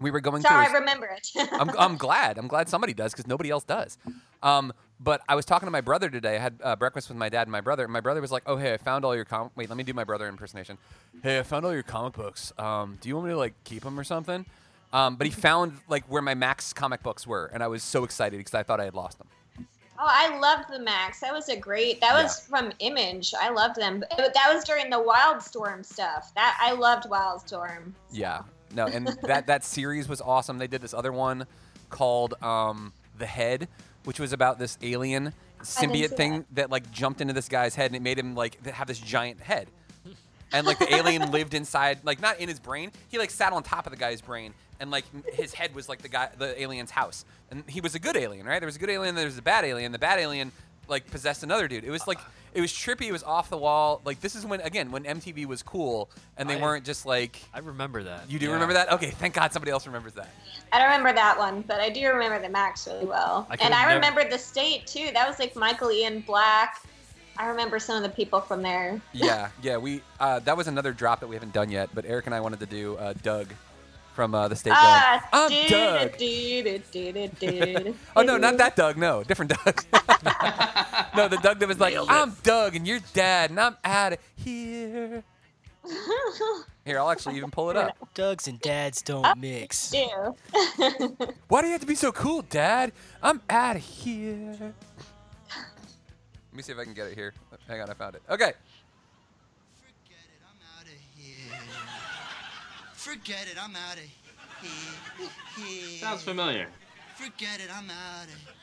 We were going Ah. Sorry, through. I remember it. I'm, I'm glad. I'm glad somebody does because nobody else does. Um, but I was talking to my brother today. I had uh, breakfast with my dad and my brother. And my brother was like, "Oh, hey, I found all your comic. Wait, let me do my brother impersonation. Hey, I found all your comic books. Um, do you want me to like keep them or something?" Um, but he found like where my Max comic books were, and I was so excited because I thought I had lost them. Oh, I loved the Max. That was a great. That was from Image. I loved them. But that was during the Wildstorm stuff. That I loved Wildstorm. Yeah. No, and that that series was awesome. They did this other one called um, The Head, which was about this alien see symbiote thing that. like jumped into this guy's head and it made him like th- have this giant head. And like the alien lived inside, like not in his brain. He like sat on top of the guy's brain, and like m- his head was like the guy, the alien's house. And he was a good alien, right? There was a good alien. There was a bad alien. The bad alien like possessed another dude. It was Uh-huh. like it was trippy. It was off the wall. Like this is when again when MTV was cool and they I- weren't just like I remember that. you do yeah. remember that? Okay, thank God somebody else remembers that. I don't remember that one, but I do remember the Max really well. I could've and I never- remember the state too. That was like Michael Ian Black. I remember some of the people from there. Yeah, yeah. We uh, that was another drop that we haven't done yet, but Eric and I wanted to do uh, Doug from uh, the state. Ah, going, I'm dude, Doug. dude, dude, dude, Oh no, dude. not that Doug. No, different Doug. no, the Doug that was like, I'm Doug and you're dad and I'm out of here. Here, I'll actually even pull it up. Dougs and dads Oh. don't mix. Do. Why do you have to be so cool, Dad? I'm out of here. Let me see if I can get it here. Hang on, I found it. Okay. Forget it, I'm out of here. here. Sounds familiar. Forget it, I'm out of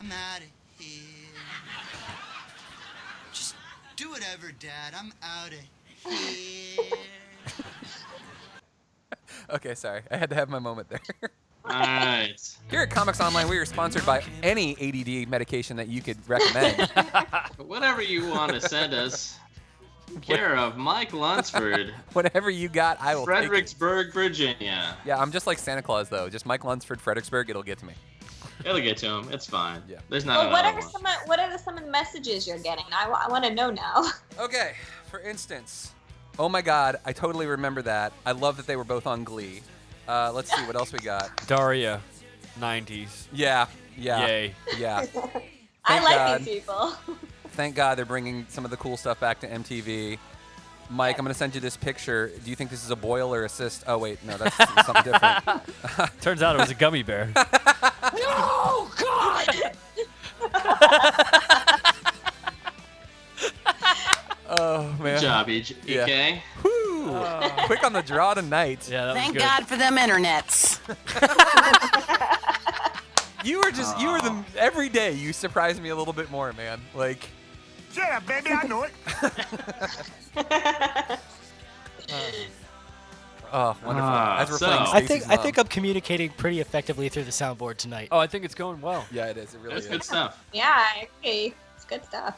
I'm out of here. Just do whatever, Dad. I'm out of here. Okay, sorry. I had to have my moment there. Alright. Here at Comics Online, we are sponsored by any ADD medication that you could recommend. Whatever you want to send us. Care of Mike Lunsford, Whatever you got, I will take it. Fredericksburg, Virginia. Yeah, I'm just like Santa Claus, though. Just Mike Lunsford, Fredericksburg, it'll get to me. It'll get to him. It's fine. Yeah. There's not Well, what another are one. some of, what are some of the messages you're getting? I, wa- I want to know now. Okay, for instance, oh my god, I totally remember that. I love that they were both on Glee. Uh, let's see what else we got. Daria, 90s. Yeah, yeah. Yay. Yeah. I Thank like God. these people. Thank God they're bringing some of the cool stuff back to MTV. Mike, I'm going to send you this picture. Do you think this is a boil or a cyst? Oh, wait, no, that's something different. Turns out it was a gummy bear. no, God! Oh, man. Good job, E EJ. EK. Woo! Quick on the draw tonight. Yeah, that was Oh. Thank good. God for them internets. You were just, you were the, every day you surprised me a little bit more, man. Like, Shut up, baby. I know it. oh, wonderful. Ah, As we're so- playing I Stacey's think I Mom. think I'm communicating pretty effectively through the soundboard tonight. Oh, I think it's going well. Yeah, it is. It really That's is. good stuff. Yeah, I agree. It's good stuff.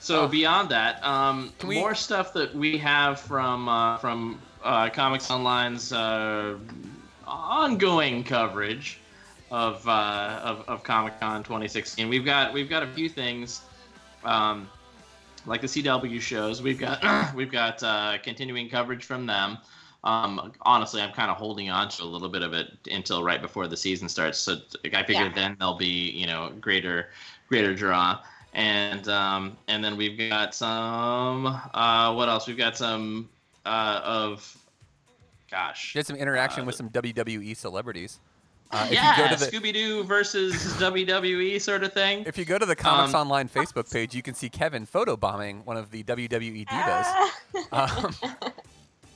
So beyond that, um, Oh. Can we- more stuff that we have from uh, from uh, Comics Online's uh, ongoing coverage of uh, of, of Comic Con 2016. We've got we've got a few things. Um, like the CW shows, we've got we've got uh, continuing coverage from them. Um, honestly, I'm kind of holding on to a little bit of it until right before the season starts. So like, I figure Yeah. then there'll be you know greater greater draw. And um, and then we've got some uh, what else? We've got some uh, of gosh. She had some interaction with some WWE celebrities. Uh, if you yeah, go to the, Scooby Doo versus WWE sort of thing. if you go to the Comics Online Facebook page, you can see Kevin photobombing one of the WWE divas. um,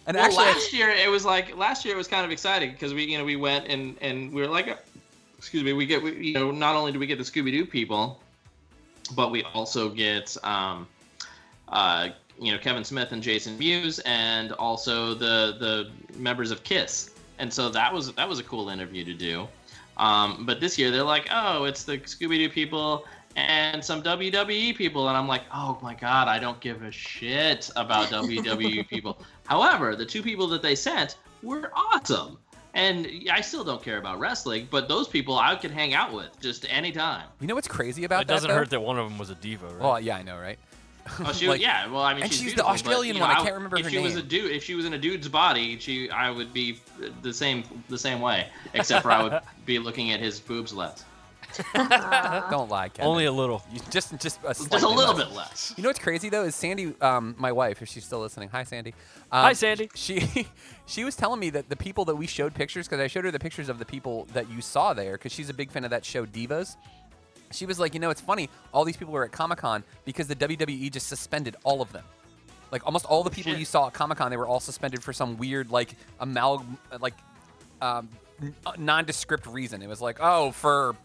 and well, actually, last year it was like last year it was kind of exciting because we you know we went and and we were like, excuse me, we get we, you know not only do we get the Scooby Doo people, but we also get um, uh, you know Kevin Smith and Jason Mewes and also the the members of Kiss, and so that was that was a cool interview to do. Um, but this year they're like, oh, it's the Scooby Doo people and some WWE people, and I'm like, oh my god, I don't give a shit about WWE people. However, the two people that they sent were awesome, and I still don't care about wrestling, but those people I could hang out with just anytime. you know what's crazy about It doesn't that? hurt though? that one of them was a diva, right? Well, yeah, I know, right? Oh, she, Like- yeah. Well, I mean, and she's, the beautiful, but, Australian you know, one. I, would- can't remember if her she name. was a dude. If she was in a dude's body, she I would be the same the same way, except for I would be looking at his boobs less. Don't lie, Kevin. Only a little. You- just just a, Just a slightly little bit less. You know what's crazy though is Sandy, um, my wife, if she's still listening. Hi, Sandy. Um, Hi, Sandy. She she was telling me that the people that we showed pictures because I showed her the pictures of the people that you saw there because she's a big fan of that show Divas. She was like, you know, it's funny. All these people were at Comic Con because the WWE just suspended all of them. Like almost all the people Shit. you saw at Comic Con, they were all suspended for some weird like amalgam like um, n- nondescript reason. It was like, oh, for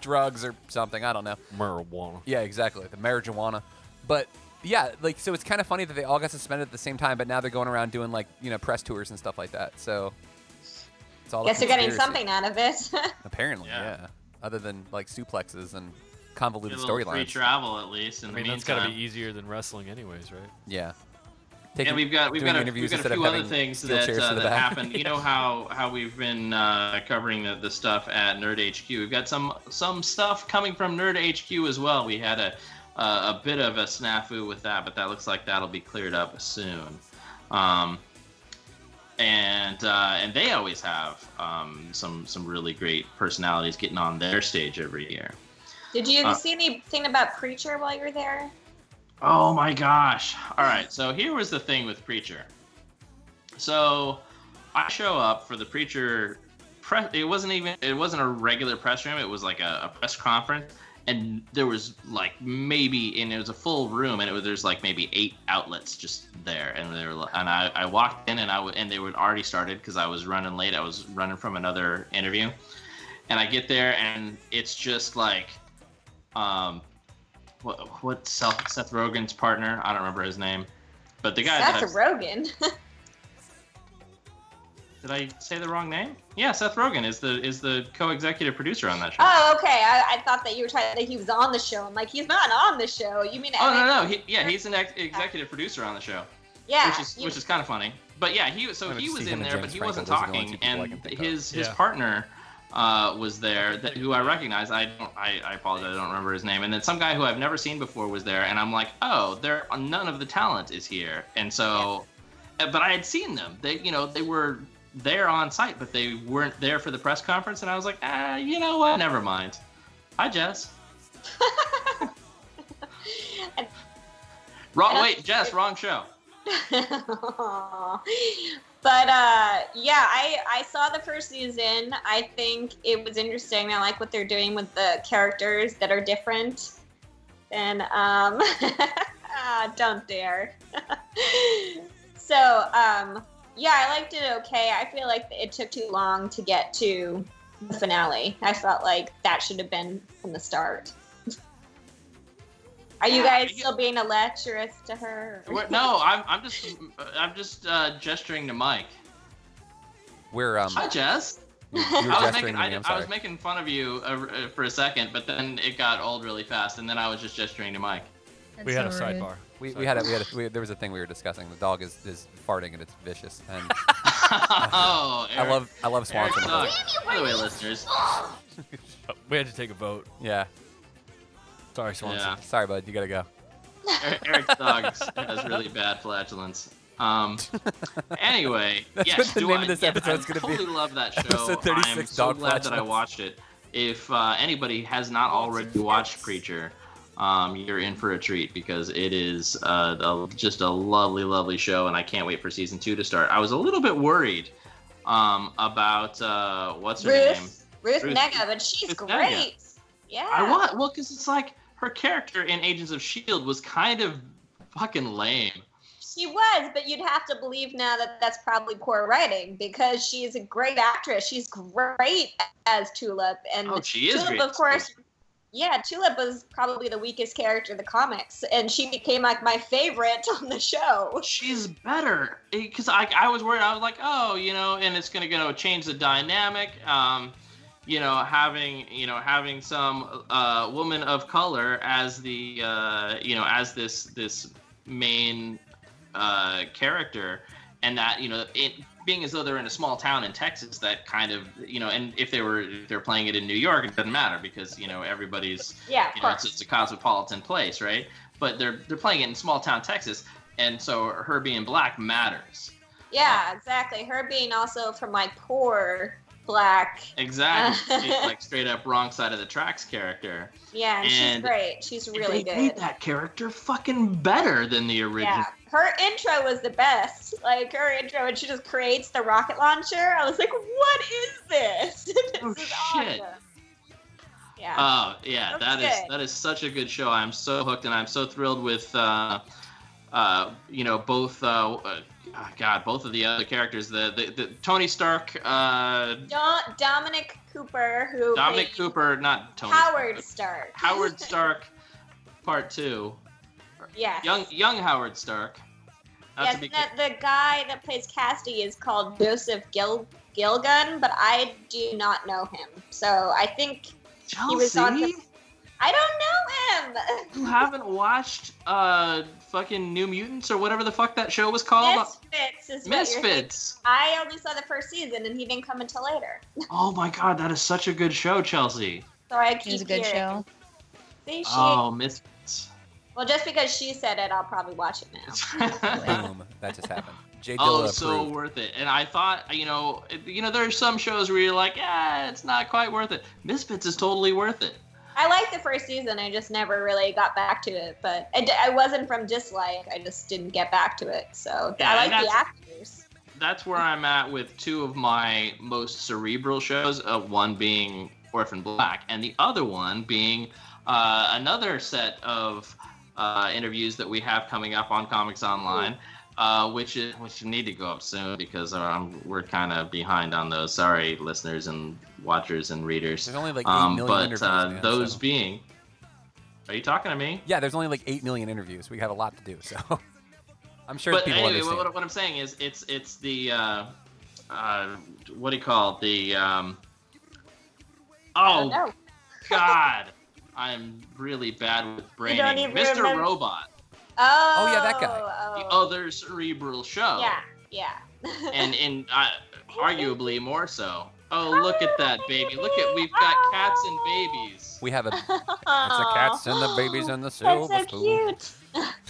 drugs or something. I don't know. Marijuana. Yeah, exactly. The marijuana. But yeah, like so it's kind of funny that they all got suspended at the same time, but now they're going around doing like you know press tours and stuff like that. So it's all. a Guess you're getting conspiracy. something out of it. Apparently, yeah. Other than like suplexes and convoluted Get a little free storylines. travel at least. In I the mean, that's meantime. gotta be easier than wrestling, anyways, right? yeah. and we've got we've doing got a, interviews we've got instead a of few other having things steel that chairs uh, to the that back. happened. You know how how we've been uh, covering the, the stuff at Nerd HQ. We've got some some stuff coming from Nerd HQ as well. We had a uh, a bit of a snafu with that, but that looks like that'll be cleared up soon. Um, and uh, and they always have um, some some really great personalities getting on their stage every year. Did you Uh, see anything about Preacher while you were there? Oh my gosh. All right, so here was the thing with Preacher. So I show up for the Preacher press it wasn't even it wasn't a regular press room, it was like a, a press conference and there was like maybe and it was a full room and it was there's like maybe eight outlets just there and they were and I, I walked in and I w- and they were already started cuz I was running late. I was running from another interview. And I get there and it's just like um what what Seth, Seth Rogen's partner? I don't remember his name, but the guy that That's I- Rogan. did I say the wrong name? Yeah, Seth Rogen is the is the co-executive producer on that show. oh, okay. I, I thought that you were trying that he was on the show. I'm like, he's not on the show. You mean? Oh no no he, yeah he's an ex- executive producer on the show. Yeah, Which is you- which is kind of funny. But yeah he was so I've he was seen in him and there but James he Franco. wasn't Those are the only talking two people I and can think of. his his Yeah. partner uh, was there that who I recognize I don't I, I apologize I don't remember his name and then some guy who I've never seen before was there and I'm like oh there none of the talent is here and so uh, but I had seen them they you know they were there on site but they weren't there for the press conference and I was like ah you know what never mind hi Jess wrong wait Jess wrong show. Aw. but uh, yeah, I I saw the first season. I think it was interesting. I like what they're doing with the characters that are different. And um, ah, don't dare. so um, yeah, I liked it okay. I feel like it took too long to get to the finale. I felt like that should have been from the start. Are you guys still being a lecherous to her? What- no, I'm, I'm just I'm just uh, gesturing to Mike. We're um. Hi, Jess. you were I was gesturing making to I, me, I'm I was sorry. making fun of you uh, uh, for a second, but then it got old really fast, and then I was just gesturing to Mike. We had so a rude. sidebar. We, we had a, we had a, we, there was a thing we were discussing. The dog is, is farting and it's vicious. And oh, I love I love Eric Swanson. sucks. By the way, listeners, Oh, We had to take a vote. Yeah. Sorry, Swanson. Sorry, bud. You gotta go. Eric- Eric's dog has really bad flatulence. Um, anyway, That's yes, what the do name I, of this yeah, episode's I gonna be. totally love that show. Episode I'm 36, so Dog glad that I Flashlights. watched it. If uh, anybody has not already watched Preacher, um, you're in for a treat because it is uh, a, just a lovely, lovely show, and I can't wait for season two to start. I was a little bit worried um, about uh, what's her name. Ruth, Ruth, Ruth- Nega, but she's Ruth Negga. great. Yeah. I want well because it's like her character in Agents of Shield E was kind of fucking lame. She was, but you'd have to believe now that that's probably poor writing because she's a great actress. She's great as Tulip, and Oh, she is Tulip, great of as course. Yeah, Tulip was probably the weakest character in the comics, and she became like my favorite on the show. She's better because I, I was worried. I was like, oh, you know, and it's gonna gonna change the dynamic. Um, you know, having you know having some uh, woman of color as the uh, you know as this this main uh, character, and that you know it being as though they're in a small town in Texas, that kind of you know, and if they were if they're playing it in New York, it doesn't matter because you know everybody's Yeah, of you know, it's, course. it's a cosmopolitan place, right? But they're they're playing it in small town Texas, and so her being black matters. Yeah, exactly. Her being also from like poor black. Exactly, She's like straight up wrong side of the tracks character. Yeah, and And- she's great. She's really they good. made that character fucking better than the original. Yeah, her intro was the best. Like her intro, and she just creates the rocket launcher. I was like, "What is this? this is Oh, shit. awesome." Yeah. Oh yeah, that That was is good. that is such a good show. I'm so hooked, and I'm so thrilled with, uh, uh, you know, both. Uh, uh, ah, God, both of the other characters. The the, the Tony Stark, uh, Do- Dominic Cooper, who Dominic played Cooper, not Tony. Howard Stark. Howard Stark, Part Two. Yeah. Young young Howard Stark. Not Yes, to be the, the guy that plays Cassidy is called Joseph Gil Gilgun, but I do not know him. So I think he was on. Chelsea? I don't know him. you haven't watched uh fucking New Mutants or whatever the fuck that show was called. Misfits is what you're thinking. Misfits. I only saw the first season, and he didn't come until later. Oh my god, that is such a good show, Chelsea. So I keep a good hearing. show. See, she, Oh, Misfits. Well, just because she said it, I'll probably watch it now. Boom. That just happened. J. Dilla Oh, so approved. worth it. And I thought, you know, it- you know, there's some shows where you're like, yeah, it's not quite worth it. Misfits is totally worth it. I liked the first season. I just never really got back to it. But I, d- I wasn't from dislike. I just didn't get back to it. So Yeah, I and like the that's- actors. That's where I'm at with two of my most cerebral shows. Uh, one being Orphan Black, and the other one being uh, another set of uh, interviews that we have coming up on Comics Online, uh, which is which need to go up soon because uh, I'm, we're kind of behind on those. Sorry, listeners and watchers and readers. There's only like 8 Um, million but interviews. uh, man, those so- being, are you talking to me? Yeah, there's only like 8 million interviews. We have a lot to do, so. I'm sure but people anyway, understand. what, what I'm saying is, it's it's the uh, uh, what do you call it? the um, oh No, god, I'm really bad with brain. even Mr. remember- Robot, Oh, Oh, yeah, that guy. the Oh. other cerebral show, Yeah, yeah. and and uh, arguably more so. Oh look at that baby! Look at we've got cats and babies. we have a. It's it's the cats and the babies and the That's silver so spoon. cute.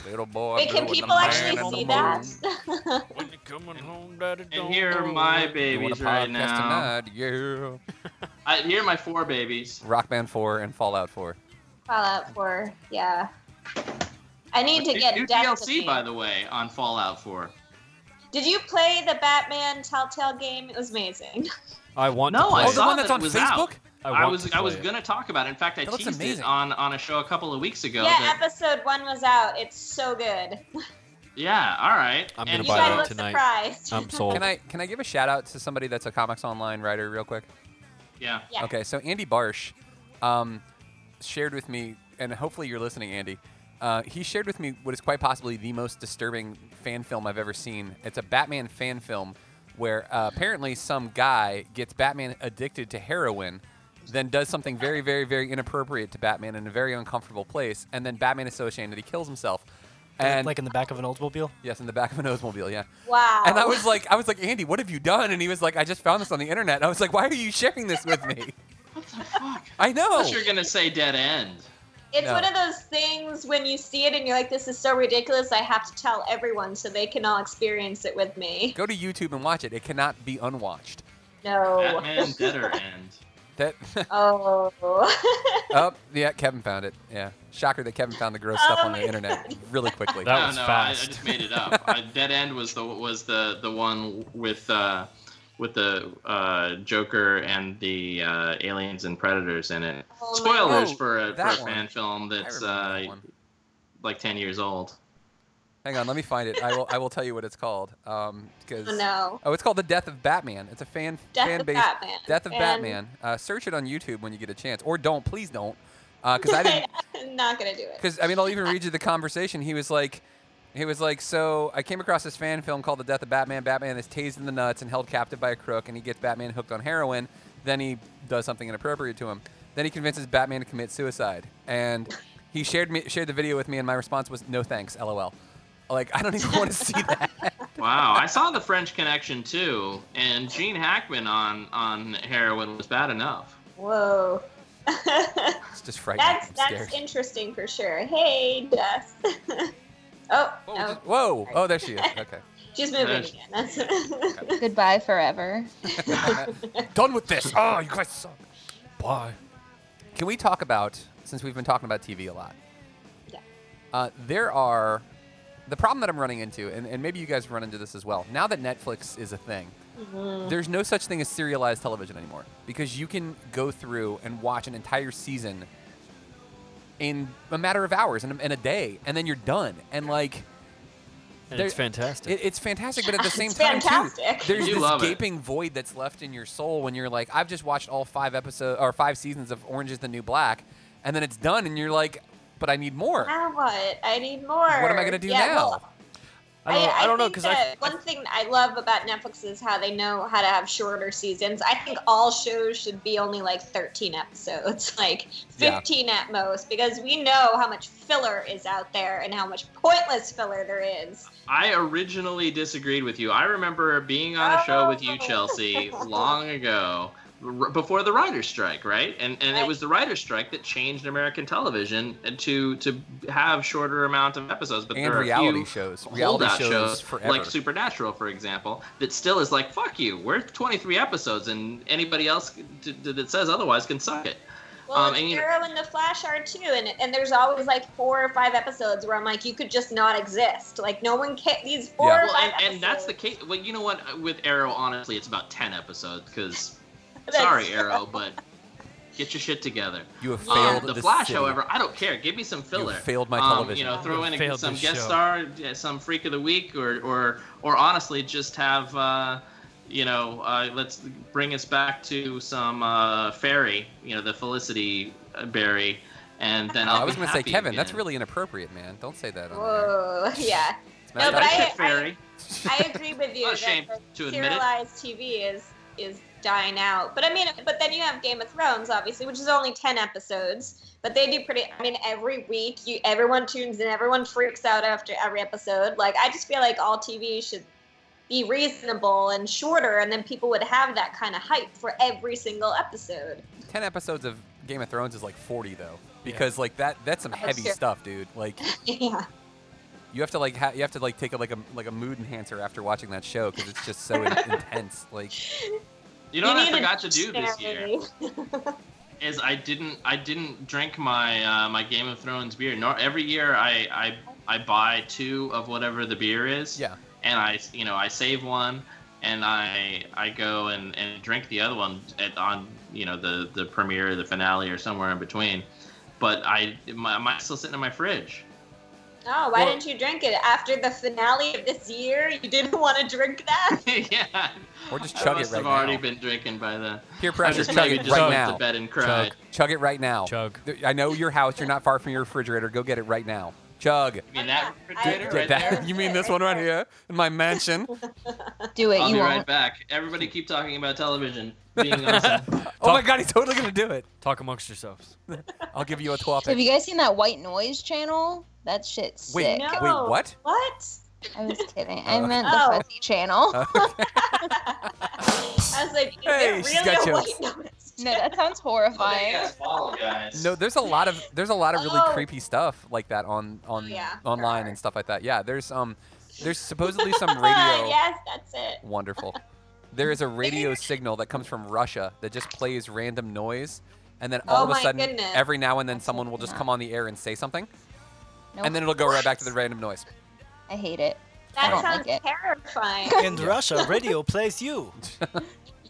Little boy. Wait, can blue and the people man actually in the see moon. that? When you coming home, daddy? And don't here are know. my Doing a babies podcast right now. tonight, yeah. I, here are my four babies. Rock Band 4 and Fallout 4. Fallout 4. Yeah. I need to New- get new Destiny. DLC, by the way, on Fallout 4. Did you play the Batman Telltale game? It was amazing. I want. No, to play I oh, it. the saw one that that's it on was Facebook? out. I, I, want was to I was play it. gonna talk about. It. In fact, I That looks teased it amazing. on on a show a couple of weeks ago. yeah, that- episode one was out. It's so good. yeah. All right. I'm gonna And You buy so- it guys look tonight. surprised. I'm sold. Can I can I give a shout out to somebody that's a comics online writer real quick? Yeah. Yeah. Okay, so Andy Barsh um, shared with me, and hopefully you're listening, Andy. Uh, he shared with me what is quite possibly the most disturbing fan film I've ever seen. It's a Batman fan film where uh, apparently some guy gets Batman addicted to heroin, then does something very, very, very inappropriate to Batman in a very uncomfortable place, and then Batman is so ashamed that he kills himself. And like in the back of an Oldsmobile. yes, in the back of an Oldsmobile, yeah. Wow. And I was like, I was like, Andy, what have you done? And he was like, I just found this on the internet. And I was like, why are you sharing this with me? What the fuck? Oh. I know. Unless you're gonna say dead end. It's No. one of those things when you see it and you're like, this is so ridiculous, I have to tell everyone so they can all experience it with me. Go to YouTube and watch it. It cannot be unwatched. No. Batman Deader End. That oh. oh yeah, Kevin found it. Yeah, shocker that Kevin found the gross stuff Oh on the internet really quickly. no, no, I, I just made it up. uh, Dead End was the was the the one with uh, with the uh, Joker and the uh, aliens and predators in it. Oh my Spoilers God. for a, for a That one. fan film that's uh, like ten years old. Hang on, let me find it. I will. I will tell you what it's called. Um, because Oh, no. Oh, it's called the Death of Batman. It's a fan Death fan of base. Batman. Death of And- Batman. Uh, search it on YouTube when you get a chance, or don't. Please don't. Because I didn't. I'm not going to do it. Because I mean, I'll even read you the conversation. He was like, he was like, so I came across this fan film called The Death of Batman. Batman is tased in the nuts and held captive by a crook, and he gets Batman hooked on heroin. Then he does something inappropriate to him. Then he convinces Batman to commit suicide, and he shared me shared the video with me, and my response was, no thanks, lol. Like I don't even want to see that. Wow, I saw the French Connection too, and Gene Hackman on on heroin was bad enough. Whoa. It's just frightening. That's I'm scared. that's interesting for sure. Hey, Dust. oh, no. Whoa! Oh, there she is. Okay. She's moving There's- again. That's Goodbye forever. Done with this. Oh, you guys suck. Bye. Can we talk about since we've been talking about TV a lot? Yeah. Uh, there are the problem that I'm running into, and, and maybe you guys run into this as well. Now that Netflix is a thing, there's no such thing as serialized television anymore because you can go through and watch an entire season in a matter of hours in a, in a day, and then you're done. And like, And it's there- fantastic. it- it's fantastic, but at the It's same time, fantastic. too, there's You this love it. gaping void that's left in your soul when you're like, I've just watched all five episodes or five seasons of Orange Is the New Black, and then it's done, and you're like, but I need more. now what? I need more. What am I gonna do Yeah, now? well, I don't, I, don't know think because that I, one thing I love about Netflix is how they know how to have shorter seasons. I think all shows should be only like 13 episodes, like Yeah. 15 at most, because we know how much filler is out there and how much pointless filler there is. I originally disagreed with you. I remember being on a show with you, Chelsea, long ago, r- before the writer's strike, right? And and it was the writer's strike that changed American television uh, to to have shorter amount of episodes. But And there are a reality few shows. holdout Reality shows forever. like Supernatural, for example, that still is like fuck you. We're 23 episodes, and anybody else d- d- that says otherwise can suck it. Well, Um, and and you- Arrow and The Flash are too, and, and there's always like four or five episodes where I'm like, you could just not exist. Like, no one can. These four or well, five and, and that's the case. Well, you know what? With Arrow, honestly, it's about 10 episodes because. sorry, Arrow, but get your shit together. You have Um, failed the this Flash, city. however, I don't care. Give me some filler. failed my Um, television. you know, throw You in a, failed some this guest show. star, yeah, some freak of the week, or or or honestly, just have uh, you know, uh, let's bring us back to some uh, fairy. You know, the Felicity uh, Berry, and then No, I'll Oh, I was be gonna say, happy Kevin, again. that's really inappropriate, man. Don't say that. On Whoa, yeah. It's No, messed but up. I, fairy. I agree with you ashamed that the to admit it. serialized TV is is dying out. But I mean, but then you have Game of Thrones, obviously, which is only ten episodes, but they do pretty. I mean, every week you everyone tunes in, everyone freaks out after every episode. Like I just feel like all TV should be reasonable and shorter, and then people would have that kind of hype for every single episode. Ten episodes of Game of Thrones is like 40 though, because like that that's some Oh, heavy sure. stuff, dude. Like. yeah. You have to like ha- you have to like take a, like a like a mood enhancer after watching that show because it's just so in- intense. Like You know what I need a forgot to do this year dictionary. is I didn't I didn't drink my uh, my Game of Thrones beer. Nor every year I, I I buy two of whatever the beer is. Yeah. And I you know I save one and I I go and, and drink the other one at, on you know the the premiere the finale or somewhere in between. But I my, mine's still sitting in my fridge. Oh, why Well- didn't you drink it after the finale of this year? You didn't want to drink that. yeah. Or just I chug it must right have already now. been drinking by then. peer I pressure, just chug maybe it just right went now. to bed and cried. Chug. Chug it right now. Chug. Th- I know your house. You're not far from your refrigerator. Go get it right now. Chug. I mean that D- refrigerator d- right that- there. you mean this one right here in my mansion? Do it. I'll you be won't. right back. Everybody keep talking about television. Being awesome. oh my god, he's totally gonna do it. talk amongst yourselves. I'll give you a twelve. Have you guys seen that white noise channel? That shit's Wait, sick. No. Wait, what? What? I was kidding. I Oh. meant Oh. the fuzzy channel. I was like, is Hey, it she's really got a chills. white noise No, that sounds horrifying. No, there's a lot of there's a lot of really Oh. creepy stuff like that on Oh, on Yeah. online and stuff like that. Yeah, there's um there's supposedly some radio yes, that's it. wonderful. There is a radio signal that comes from Russia that just plays random noise and then all Oh of a my sudden goodness. every now and then someone will just come on the air and say something Nope. and then it'll go right back to the random noise. I hate it. I That Oh. don't sounds like it. terrifying. In Russia, radio plays you.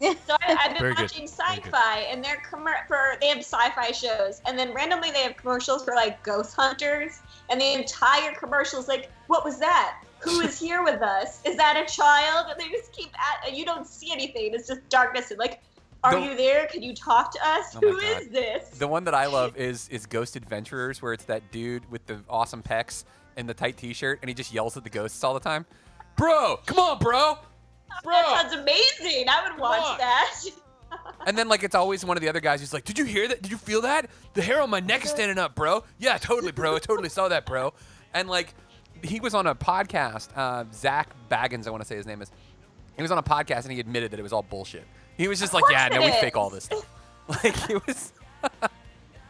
So I, I've been Very good. watching Very good. sci-fi, and they're commer- for they have sci-fi shows, and then randomly they have commercials for like ghost hunters, and the entire commercial is like, "What was that? Who is here with us? Is that a child?" And they just keep at and you don't see anything. It's just darkness and like, "Are Don't- you there? Can you talk to us? Oh my Who is God. this?" The one that I love is is Ghost Adventurers where it's that dude with the awesome pecs and the tight t-shirt and he just yells at the ghosts all the time. Bro, come on, bro. That sounds amazing. I would watch that. And then like it's always one of the other guys who's like, "Did you hear that? Did you feel that? The hair on my neck is standing up, bro. Yeah, totally, bro. I totally saw that, bro." And like he was on a podcast, uh, Zach Baggins, I want to say his name is. He was on a podcast and he admitted that it was all bullshit. He was just like, course "Yeah, no, it we is." fake all this stuff." Like it was.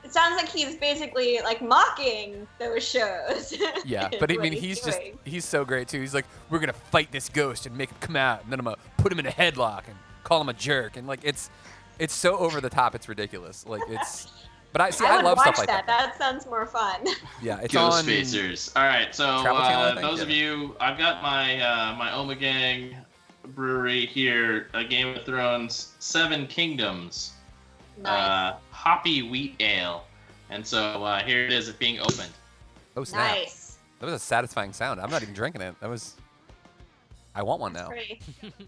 It sounds like he's basically like mocking those shows. Yeah, is but I what mean, he's just doing. he's so great too. He's like, "We're gonna fight this ghost and make him come out, and then I'm gonna put him in a headlock and call him a jerk." And like it's it's so over the top, it's ridiculous. Like it's. But I see, I, would love watch stuff like that. That sounds more fun. Yeah, it's on Ghost Facers. All right, so Travel Channel, I uh, think, those yeah. of you, I've got my uh, my Omegang brewery here, a Game of Thrones Seven Kingdoms, uh, hoppy wheat ale, and so uh, here it is, it being opened. Oh snap! Nice. That was a satisfying sound. I'm not even drinking it. That was. I want one now. Pretty.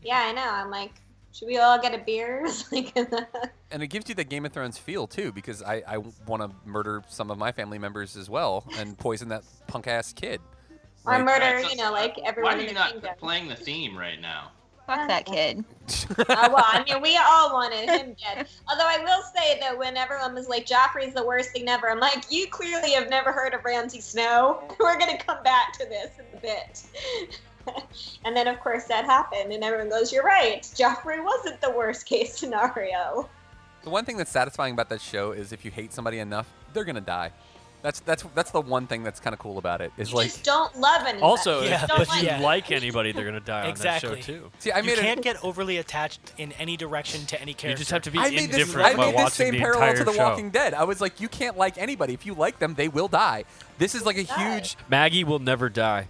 Yeah, I know. I'm like, should we all get a beer? It's like, And it gives you the Game of Thrones feel too, because I, I want to murder some of my family members as well and poison that punk ass kid. or Like- murder, you know, like uh, Why everyone are in you the not kingdom. playing the theme right now? Fuck that kid. Uh, well, I mean, we all wanted him dead. Although I will say that when everyone was like, Joffrey's the worst thing ever, I'm like, you clearly have never heard of Ramsay Snow. We're going to come back to this in a bit. and then, of course, that happened, and everyone goes, you're right. Joffrey wasn't the worst case scenario. The one thing that's satisfying about that show is if you hate somebody enough, they're gonna die. That's that's that's the one thing that's kind of cool about it. Is like Just don't love anybody. Also, Yeah, Oh, if, but if you yeah. like anybody, they're gonna die on Exactly. that show too. See, I made you a- can't get overly attached in any direction to any character. You just have to be I made this, indifferent I while made watching this same the parallel to entire The show. Walking Dead. I was like, you can't like anybody. If you like them, they will die. This is like a huge. Maggie will never die.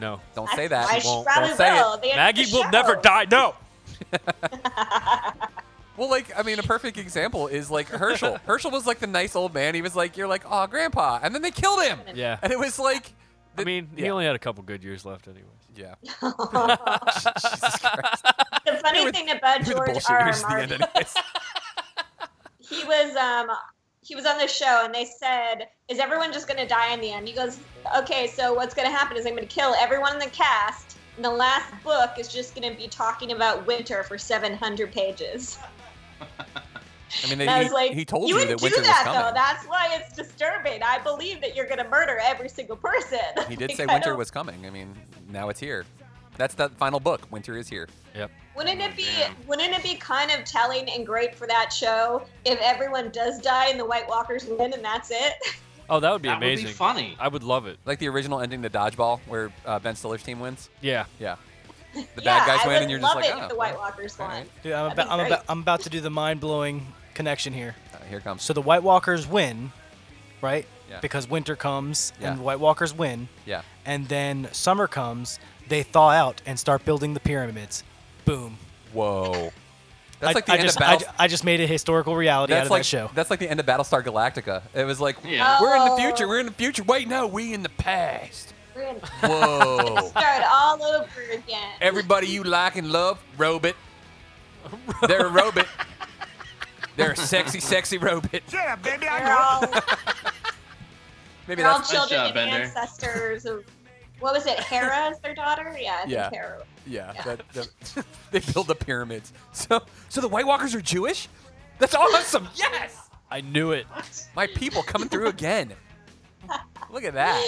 No. Don't say that. I Won't- probably don't say it. will. The end of Maggie the will never show. die. No. Well, like, I mean, a perfect example is like Herschel. Herschel was like the nice old man. He was like, you're like, oh, grandpa. And then they killed him. Yeah. And it was like, I mean, he yeah. only had a couple good years left, anyways. yeah. The funny thing about Who the George bullshit R. R. is the Martin end anyways. he was um he was on the show and they said is everyone just gonna die in the end he goes okay so what's gonna happen is i'm gonna kill everyone in the cast and the last book is just gonna be talking about winter for 700 pages I mean, they, and i he, was like he you told you, wouldn't that do winter that was though coming. that's why it's disturbing i believe that you're gonna murder every single person He did Like, say I winter don't- was coming. I mean, now it's here. That's the final book. Winter is here. Yep. Wouldn't it be wouldn't it be kind of telling and great for that show if everyone does die and the White Walkers win and that's it? Oh, that would be That would be amazing. funny. I would love it. Like the original ending to Dodgeball, where uh, Ben Stiller's team wins. Yeah. Yeah. The yeah, bad guys I win, would and you're just love like, it if oh, the White Walkers won. Dude, I'm That'd about, be I'm, great. about, I'm about to do the mind blowing connection here. here comes. So the White Walkers win, right? Yeah. Because winter comes Yeah. and the White Walkers win. Yeah. And then summer comes, they thaw out and start building the pyramids. Boom. Whoa. That's I, like the I end just, of Battle- I, ju- I just made a historical reality out that's of like that show. that's like the end of Battlestar Galactica. It was like Yeah. we're in the Oh. future, we're in the future. Wait, no, we in the past. We're in- Whoa! Start all over again. Everybody you like and love, robot. They're a robot. They're a sexy, sexy robot. Yeah, baby, They're all, Maybe they're all that's children and ancestors of what was it? Hera is their daughter? Yeah, I think Yeah. Hera. Yeah, that- that- they build the pyramids. So, so the White Walkers are Jewish? That's awesome! Yes, I knew it. my people coming through again. Look at that!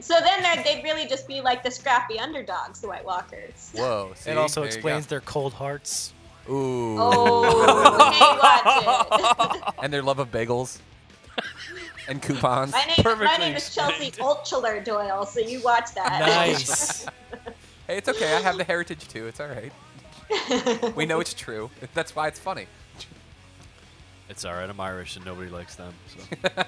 So then they're- they'd really just be like the scrappy underdogs, the White Walkers. Whoa! see? it also There you go. explains their cold hearts. Ooh. Oh, and their love of bagels and coupons. My name, my name is Chelsea Ulchler Doyle, so you watch that. hey, it's okay. I have the heritage too. It's all right. we know it's true. That's why it's funny. It's all right. I'm Irish and nobody likes them. So.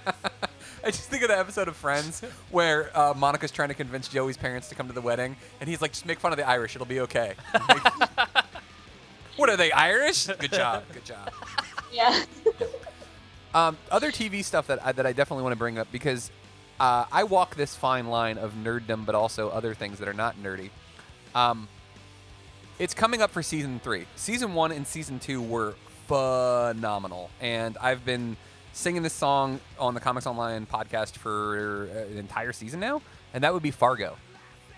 I just think of the episode of Friends where uh, Monica's trying to convince Joey's parents to come to the wedding, and he's like, "Just make fun of the Irish. It'll be okay." Like, what are they Irish? Good job. Good job. yeah. Um, other TV stuff that I, that I definitely want to bring up because uh, I walk this fine line of nerddom, but also other things that are not nerdy. Um, it's coming up for season three. Season one and season two were phenomenal, and I've been singing this song on the Comics Online podcast for an entire season now, and that would be Fargo.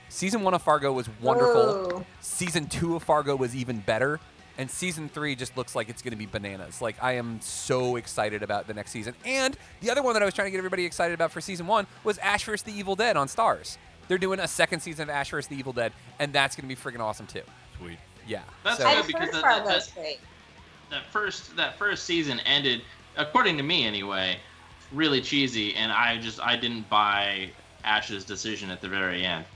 Season one of Fargo was wonderful. Ooh. Season two of Fargo was even better, and season three just looks like it's going to be bananas. Like I am so excited about the next season. And the other one that I was trying to get everybody excited about for season one was Ash vs. the Evil Dead on Stars. They're doing a second season of Ash vs. the Evil Dead, and that's going to be freaking awesome too. Sweet. Yeah. That's so- good because that, that- that- that first that first season ended, according to me anyway, really cheesy, and I just I didn't buy Ash's decision at the very end,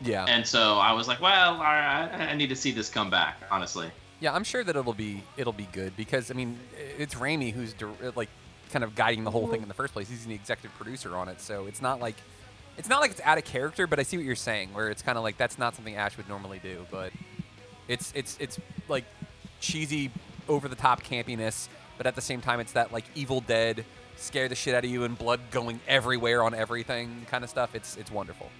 Yeah. and so I was like, well, all right, I, I need to see this come back, honestly. Yeah, I'm sure that it'll be it'll be good because I mean i- it's Raimi who's dir- uh, like kind of guiding the whole thing in the first place. He's the executive producer on it, so it's not like it's not like it's out of character. But I see what you're saying, where it's kind of like that's not something Ash would normally do, but it's it's it's like cheesy, over the top campiness, but at the same time it's that like Evil Dead scare the shit out of you and blood going everywhere on everything kind of stuff. It's it's wonderful.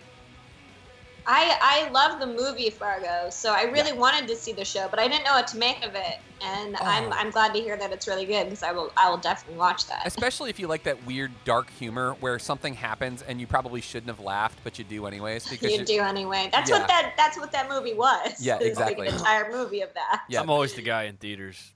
I, I love the movie Fargo, so I really wanted to see the show, but I didn't know what to make of it. And Oh. I'm, I'm glad to hear that it's really good because I will I will definitely watch that. Especially if you like that weird dark humor where something happens and you probably shouldn't have laughed, but you do anyways. Because you do anyway. That's Yeah. what that that's what that movie was. Yeah, It's exactly. Like an entire movie of that. Yeah. I'm always the guy in theaters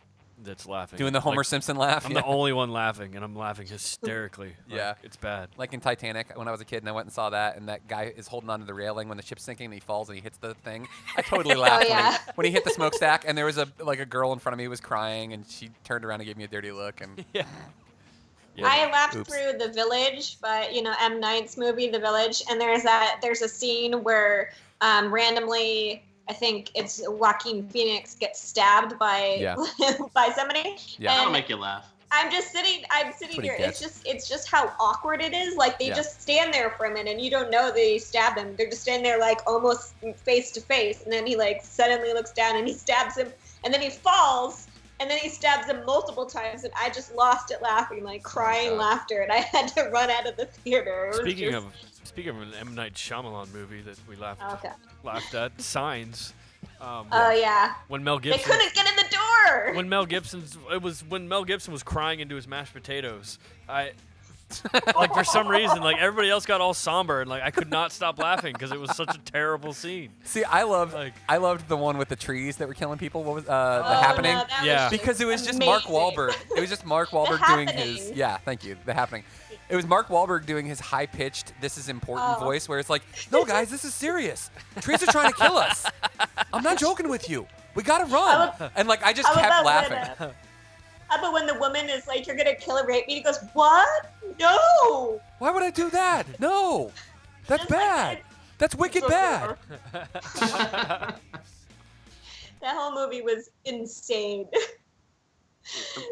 that's laughing. Doing the Homer Like, Simpson laugh. I'm yeah. the only one laughing, and I'm laughing hysterically. Like, Yeah. It's bad. Like in Titanic, when I was a kid and I went and saw that, and that guy is holding onto the railing when the ship's sinking and he falls and he hits the thing. I totally Oh, laughed when, yeah. he, when he hit the smokestack, and there was a like a girl in front of me who was crying, and she turned around and gave me a dirty look, and yeah. I laughed Oops. through The Village, but you know M Night's movie The Village, and there's that there's a scene where um, randomly I think it's Joaquin Phoenix gets stabbed by Yeah. by somebody. Yeah, And that'll make you laugh. I'm just sitting. I'm sitting That's what here. he It's just. It's just how awkward it is. Like they Yeah. just stand there for a minute, and you don't know they stabbed him. They're just standing there, like almost face to face, and then he like suddenly looks down and he stabs him, and then he falls, and then he stabs him multiple times, and I just lost it laughing, like Oh crying God. laughter, and I had to run out of the theater. It was Speaking just- of speaking of an M Night Shyamalan movie that we laughed Okay. laughed at, Signs. Um, Oh, yeah. When Mel they Gibson. couldn't get in the door. when Mel Gibson's it was when Mel Gibson was crying into his mashed potatoes. I like for some reason like everybody else got all somber and like I could not stop laughing because it was such a terrible scene. See, I loved I loved the one with the trees that were killing people. What was uh, Oh, the no, happening? that was Yeah. just because it was just Mark amazing. Wahlberg. It was just Mark Wahlberg doing his Happening. yeah. Thank you. The happening. It was Mark Wahlberg doing his high pitched "This is important" Oh. voice, where it's like, "No, guys, this is serious. Trees are trying to kill us. I'm not joking with you. We gotta run." and like I just I love kept that laughing. Uh, but when the woman is like, "You're gonna kill and rape me," he goes, "What? No." Why would I do that? No, that's bad. That's wicked bad. That whole movie was insane.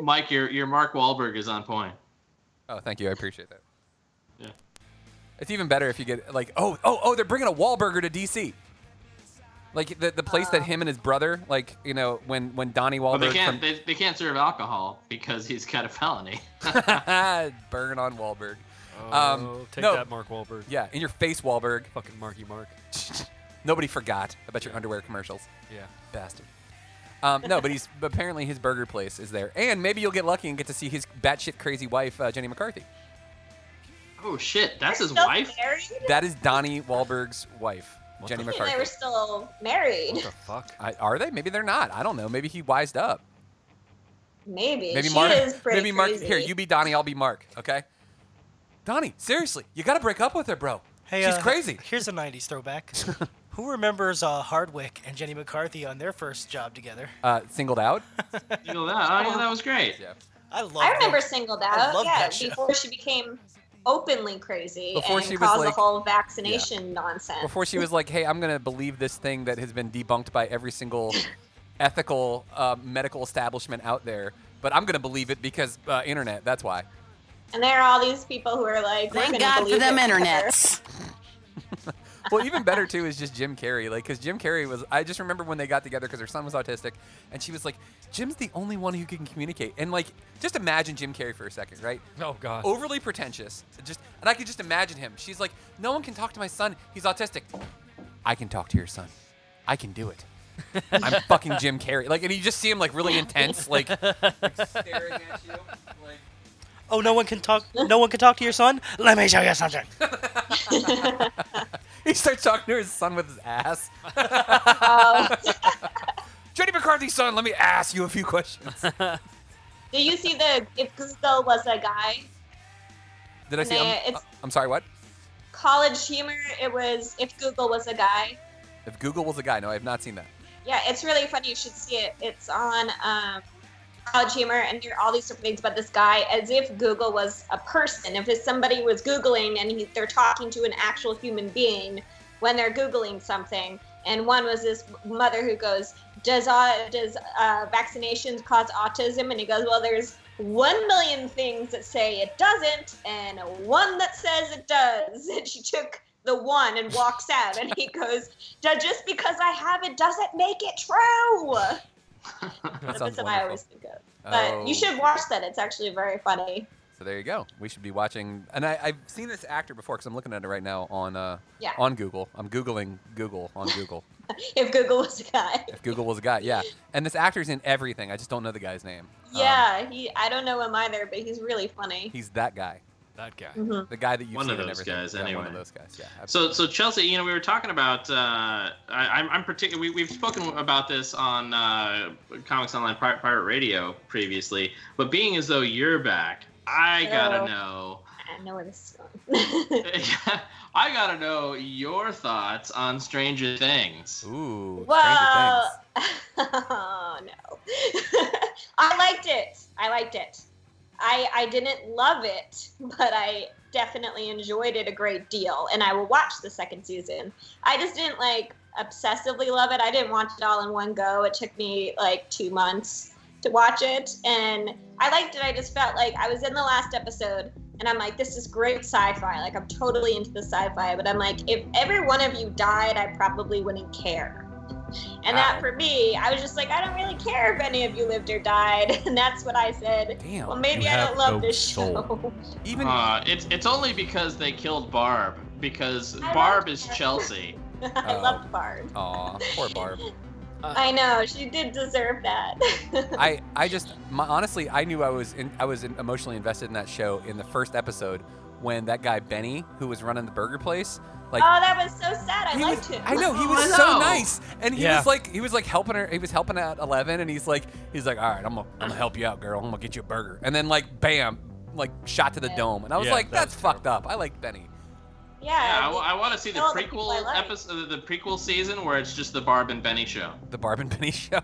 Mike, your your Mark Wahlberg is on point. Oh, thank you. I appreciate that. Yeah. It's even better if you get like, oh, oh, oh, they're bringing a Wahlburger to DC. Like the, the place that him and his brother, like you know, when when Donnie Well, Wahlberg Oh, they from- can't they, they can't serve alcohol because he's got a felony. burn on Wahlberg. Um, Oh, take that, Mark Wahlberg. Yeah, in your face, Wahlberg. Fucking Marky Mark. Nobody forgot about your underwear commercials. Yeah. bastard. Um, no, but he's but apparently his burger place is there, and maybe you'll get lucky and get to see his batshit crazy wife, uh, Jenny McCarthy. Oh shit, that's his Still wife. Married? That is Donnie Wahlberg's wife, Jenny And McCarthy. they were still married. fuck? I, are they? Maybe they're not. I don't know. Maybe he wised up. Maybe. Maybe she Mark. Is pretty maybe Mark. Crazy. Here, you be Donnie. I'll be Mark. Okay. Donnie, seriously, you gotta break up with her, bro. Hey, she's uh, crazy. Here's a '90s throwback. Who remembers uh, Hardwick and Jenny McCarthy on their first job together? Uh, singled out. Singled Out. Oh, yeah, that was great. Yeah. I love. I remember singled out. love yeah, that show. before she became openly crazy Before and she was caused the like- whole vaccination nonsense. Before she was like, "Hey, I'm gonna believe this thing that has been debunked by every single ethical uh, medical establishment out there, but I'm gonna believe it because uh, internet. That's why." and there are all these people who are like, we're Thank gonna God for believe them it. internets. well, even better too is just Jim Carrey, like because Jim Carrey was. I just remember when they got together because her son was autistic, and she was like, "Jim's the only one who can communicate." And like, just imagine Jim Carrey for a second, right? Oh God. Overly pretentious, just, and I could just imagine him. She's like, "No one can talk to my son. He's autistic. I can talk to your son. I can do it." I'm fucking Jim Carrey. Like, and you just see him like really intense, like staring at you. Like, Oh, no one can talk. No one can talk to your son. Let me show you something. he starts talking to his son with his ass. Um. Jenny McCarthy's son, let me ask you a few questions. Did Did you see the? If Gusto was a guy, I see? Nah, um, I'm, it's- I'm sorry, what? college humor. It was if Google was a guy. If Google was a guy, no, I have not seen that. Yeah, it's really funny. You should see it. It's on um, College Humor, and there are all these different things about this guy as if Google was a person. If it's somebody was Googling and he, they're talking to an actual human being when they're Googling something, and one was this mother who goes, "Does au- does uh, vaccinations cause autism?" And he goes, "Well, there's." One million things that say it doesn't, and one that says it does. And she took the one and walks out, and he goes, "Ju- just because I have it doesn't make it true. That That's sounds what I wonderful. always think of. But Oh. you should watch that. It's actually very funny. So there you go. We should be watching, and I, I've seen this actor before because I'm looking at it right now on uh, Yeah. on Google. I'm googling Google on Google. If Google was a guy. if Google was a guy, yeah. And this actor's in everything. I just don't know the guy's name. Um, Yeah, he. I don't know him either, but he's really funny. He's that guy. That guy. Mhm. The guy that you've One seen of in those everything. guys, Yeah, One anyway. of those guys. Yeah. So, so Chelsea, you know, we were talking about. Uh, I, I'm, I'm particular. We, we've spoken about this on uh, Comics Online Pirate, Pirate Radio previously, but being as though you're back, I Oh. gotta know. I know where this is going. I gotta know your thoughts on Stranger Things. Ooh, Well, oh no. I liked it. I liked it. I I didn't love it, but I definitely enjoyed it a great deal, and I will watch the second season. I just didn't like obsessively love it. I didn't watch it all in one go. It took me like two months to watch it, and I liked it. I just felt like I was in the last episode. And I'm like, this is great sci-fi. Like, I'm totally into the sci-fi. But I'm like, if every one of you died, I probably wouldn't care. And that Uh. Wow. for me, I was just like, I don't really care if any of you lived or died. And that's what I said. Damn. Well, maybe You I don't have love no this soul. show. Even uh, it's it's only because they killed Barb because I Barb liked is her. Chelsea. I Uh, Oh. loved Barb. Aw, poor Barb. I know, she did deserve that. I, I just my, honestly I knew I was in, I was in, emotionally invested in that show in the first episode when that guy Benny who was running the burger place like oh, that was so sad. I he liked was, him. I know he was I so know. nice and he Yeah. was like he was like helping her he was helping out Eleven and he's like he's like all right I'm gonna, I'm gonna help you out girl I'm gonna get you a burger and then like bam like shot to the dome and I was Yeah, like that that's fucked up I like Benny Yeah. Yeah, I, mean, want to see the all the people I prequel like. episode, the prequel season where it's just the Barb and Benny show. the Barb and Benny show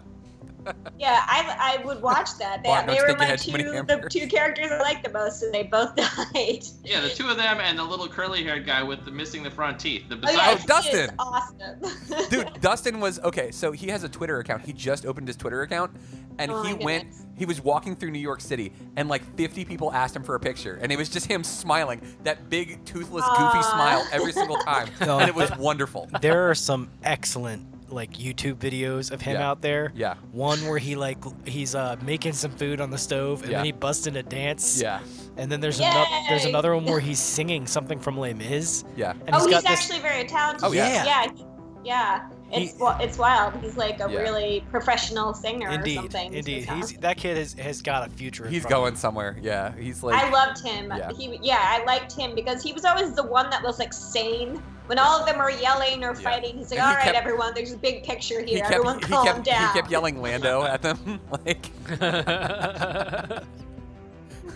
Yeah, I, I would watch that. They, Barb, they don't were think my you had two too many the hamburgers. two characters I liked the most, and they both died. Yeah, the two of them and the little curly-haired guy with the missing the front teeth. The Oh, yeah, bizarre. Oh, Dustin. He is awesome. Dude, Dustin was okay. So he has a Twitter account. He just opened his Twitter account, and Oh he my went. He was walking through New York City, and like 50 people asked him for a picture, and it was just him smiling that big toothless goofy Aw. smile every single time, No. and it was wonderful. there are some excellent like YouTube videos of him Yeah. out there. Yeah. One where he like l- he's uh making some food on the stove and Yeah. then he busts in a dance. Yeah, And then there's another there's Yay! another one where he's singing something from Les Mis. yeah. And oh, he's, got this actually very talented. Oh, yeah. Yeah. he- yeah. It's, wi- it's wild. He's like a Yeah. really professional singer indeed, or something. He's indeed. really He's that kid has, has got a future. in He's front of going him. somewhere. Yeah, he's like. I loved him. Yeah. He yeah, I liked him because he was always the one that was like sane. When all of them are yelling or fighting, he's like, And he "All right, kept- everyone, there's a big picture he here. kept, everyone, he, calm kept, down." he kept yelling Lando at them. like,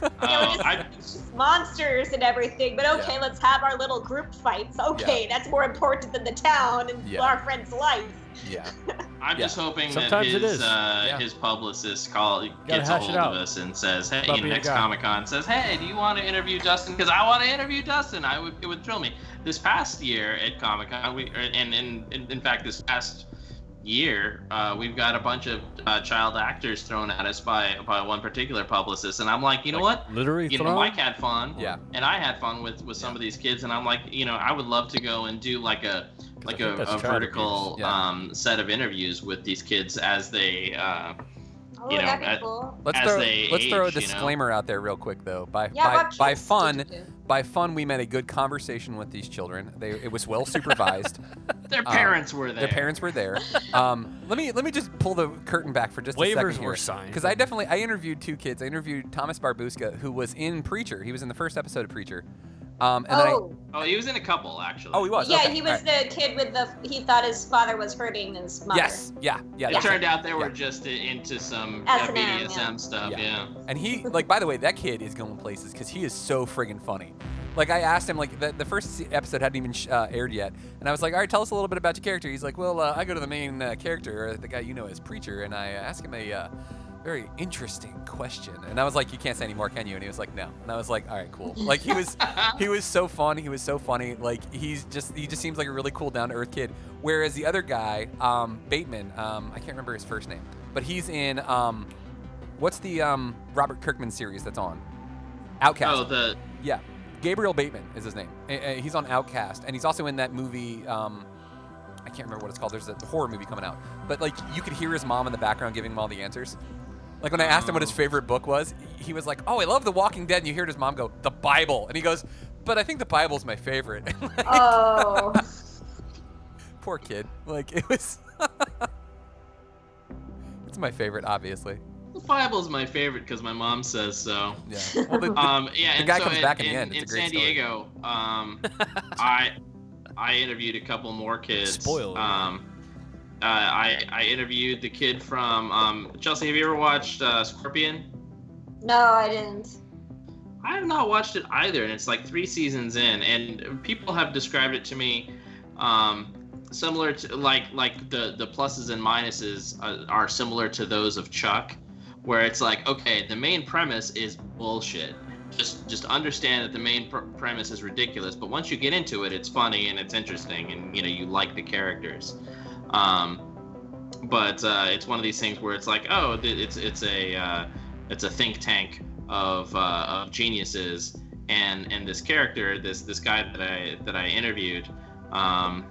Um, I, monsters and everything, but okay, Yeah. let's have our little group fights. Okay, Yeah. that's more important than the town and Yeah. our friend's life. yeah. I'm just hoping Sometimes it that his is. uh, Yeah. his publicist call gets a hash it hold out. of us and says, "Hey, About you know, being a next guy. Comic Con says, hey, do you want to interview Dustin? Because I want to interview Dustin. I would it would thrill me." This past year at Comic Con, we er, and, and, and in fact this past year, uh, we've got a bunch of uh, child actors thrown at us by by one particular publicist, and I'm like, you know what? Literary you know, thrown? Mike had fun, yeah, and I had fun with with some of these kids, and I'm like, you know, I would love to go and do like a like I a, think that's a child vertical abuse. Yeah. um, set of interviews with these kids as they, uh, Oh, you know, that'd be at- cool. Let's as throw, they let's throw a age, you know? disclaimer out there real quick though. By Yeah, by, what by children fun, do. by fun we meant a good conversation with these children. They it was well supervised. Their Um, parents were there. Their parents were there. Um, let me let me just pull the curtain back for just a Waivers second were signed. because I definitely I interviewed two kids. I interviewed Thomas Barbuska who was in Preacher. He was in the first episode of Preacher. Um, and Oh. then I, oh, he was in a couple actually. Oh, he was. yeah, okay, he all was right. the kid with the. He thought his father was hurting his mother. Yes. Yeah. Yeah. It that's turned out they were just i- into some uh, S&M, yeah. BDSM stuff. Yeah. And he, like, by the way, that kid is going places because he is so friggin' funny. Like, I asked him, like, the, the first se- episode hadn't even sh- uh, aired yet. And I was like, all right, tell us a little bit about your character. He's like, well, uh, I go to the main uh, character, or the guy you know as Preacher, and I uh, ask him a uh, very interesting question. And I was like, you can't say any more, can you? And he was like, no. And I was like, all right, cool. Like, he was, he was so fun. He was so funny. Like, he's just, he just seems like a really cool, down to earth kid. Whereas the other guy, um, Bateman, um, I can't remember his first name, but he's in, um, What's the um, Robert Kirkman series that's on? Outcast. Oh, the yeah. Gabriel Bateman is his name. A- a- He's on Outcast, and he's also in that movie. Um, I can't remember what it's called. There's a horror movie coming out, but like you could hear his mom in the background giving him all the answers. Like when I asked him what his favorite book was, he was like, "Oh, I love The Walking Dead," and you heard his mom go, "The Bible," and he goes, "But I think the Bible's my favorite." Oh. Poor kid. Like it was. it's my favorite, obviously. The Bible's my favorite because my mom says so. Yeah. um, yeah. the and guy so comes back in the in end. It's in a great San story. Diego, um, I I interviewed a couple more kids. Spoiler. Um, uh, I I interviewed the kid from um, Chelsea. Have you ever watched uh, Scorpion? No, I didn't. I have not watched it either, and it's like three seasons in, and people have described it to me um, similar to like like the the pluses and minuses uh, are similar to those of Chuck, where it's like okay, the main premise is bullshit. Just just understand that the main pr- premise is ridiculous, but once you get into it, it's funny and it's interesting, and you know you like the characters. Um, but uh, it's one of these things where it's like, oh, th- it's it's a uh, it's a think tank of, uh, of geniuses, and and this character, this this guy that I that I interviewed, um,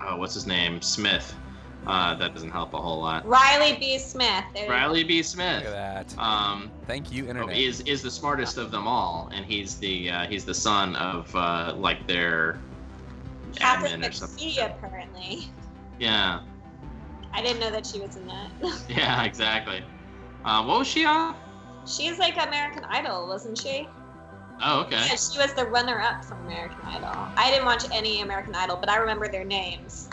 oh, what's his name, Smith. Uh, that doesn't help a whole lot. Riley B. Smith. There you go. Riley B. Smith. Look at that. Um, Thank you, internet. Is is the smartest of them all, and he's the uh, he's the son of uh, like their Catherine admin or something. McPhee, apparently. Yeah, I didn't know that she was in that. yeah, exactly. Uh, what was she on? She's like American Idol, wasn't she? Oh, okay. Yeah, she was the runner-up from American Idol. I didn't watch any American Idol, but I remember their names.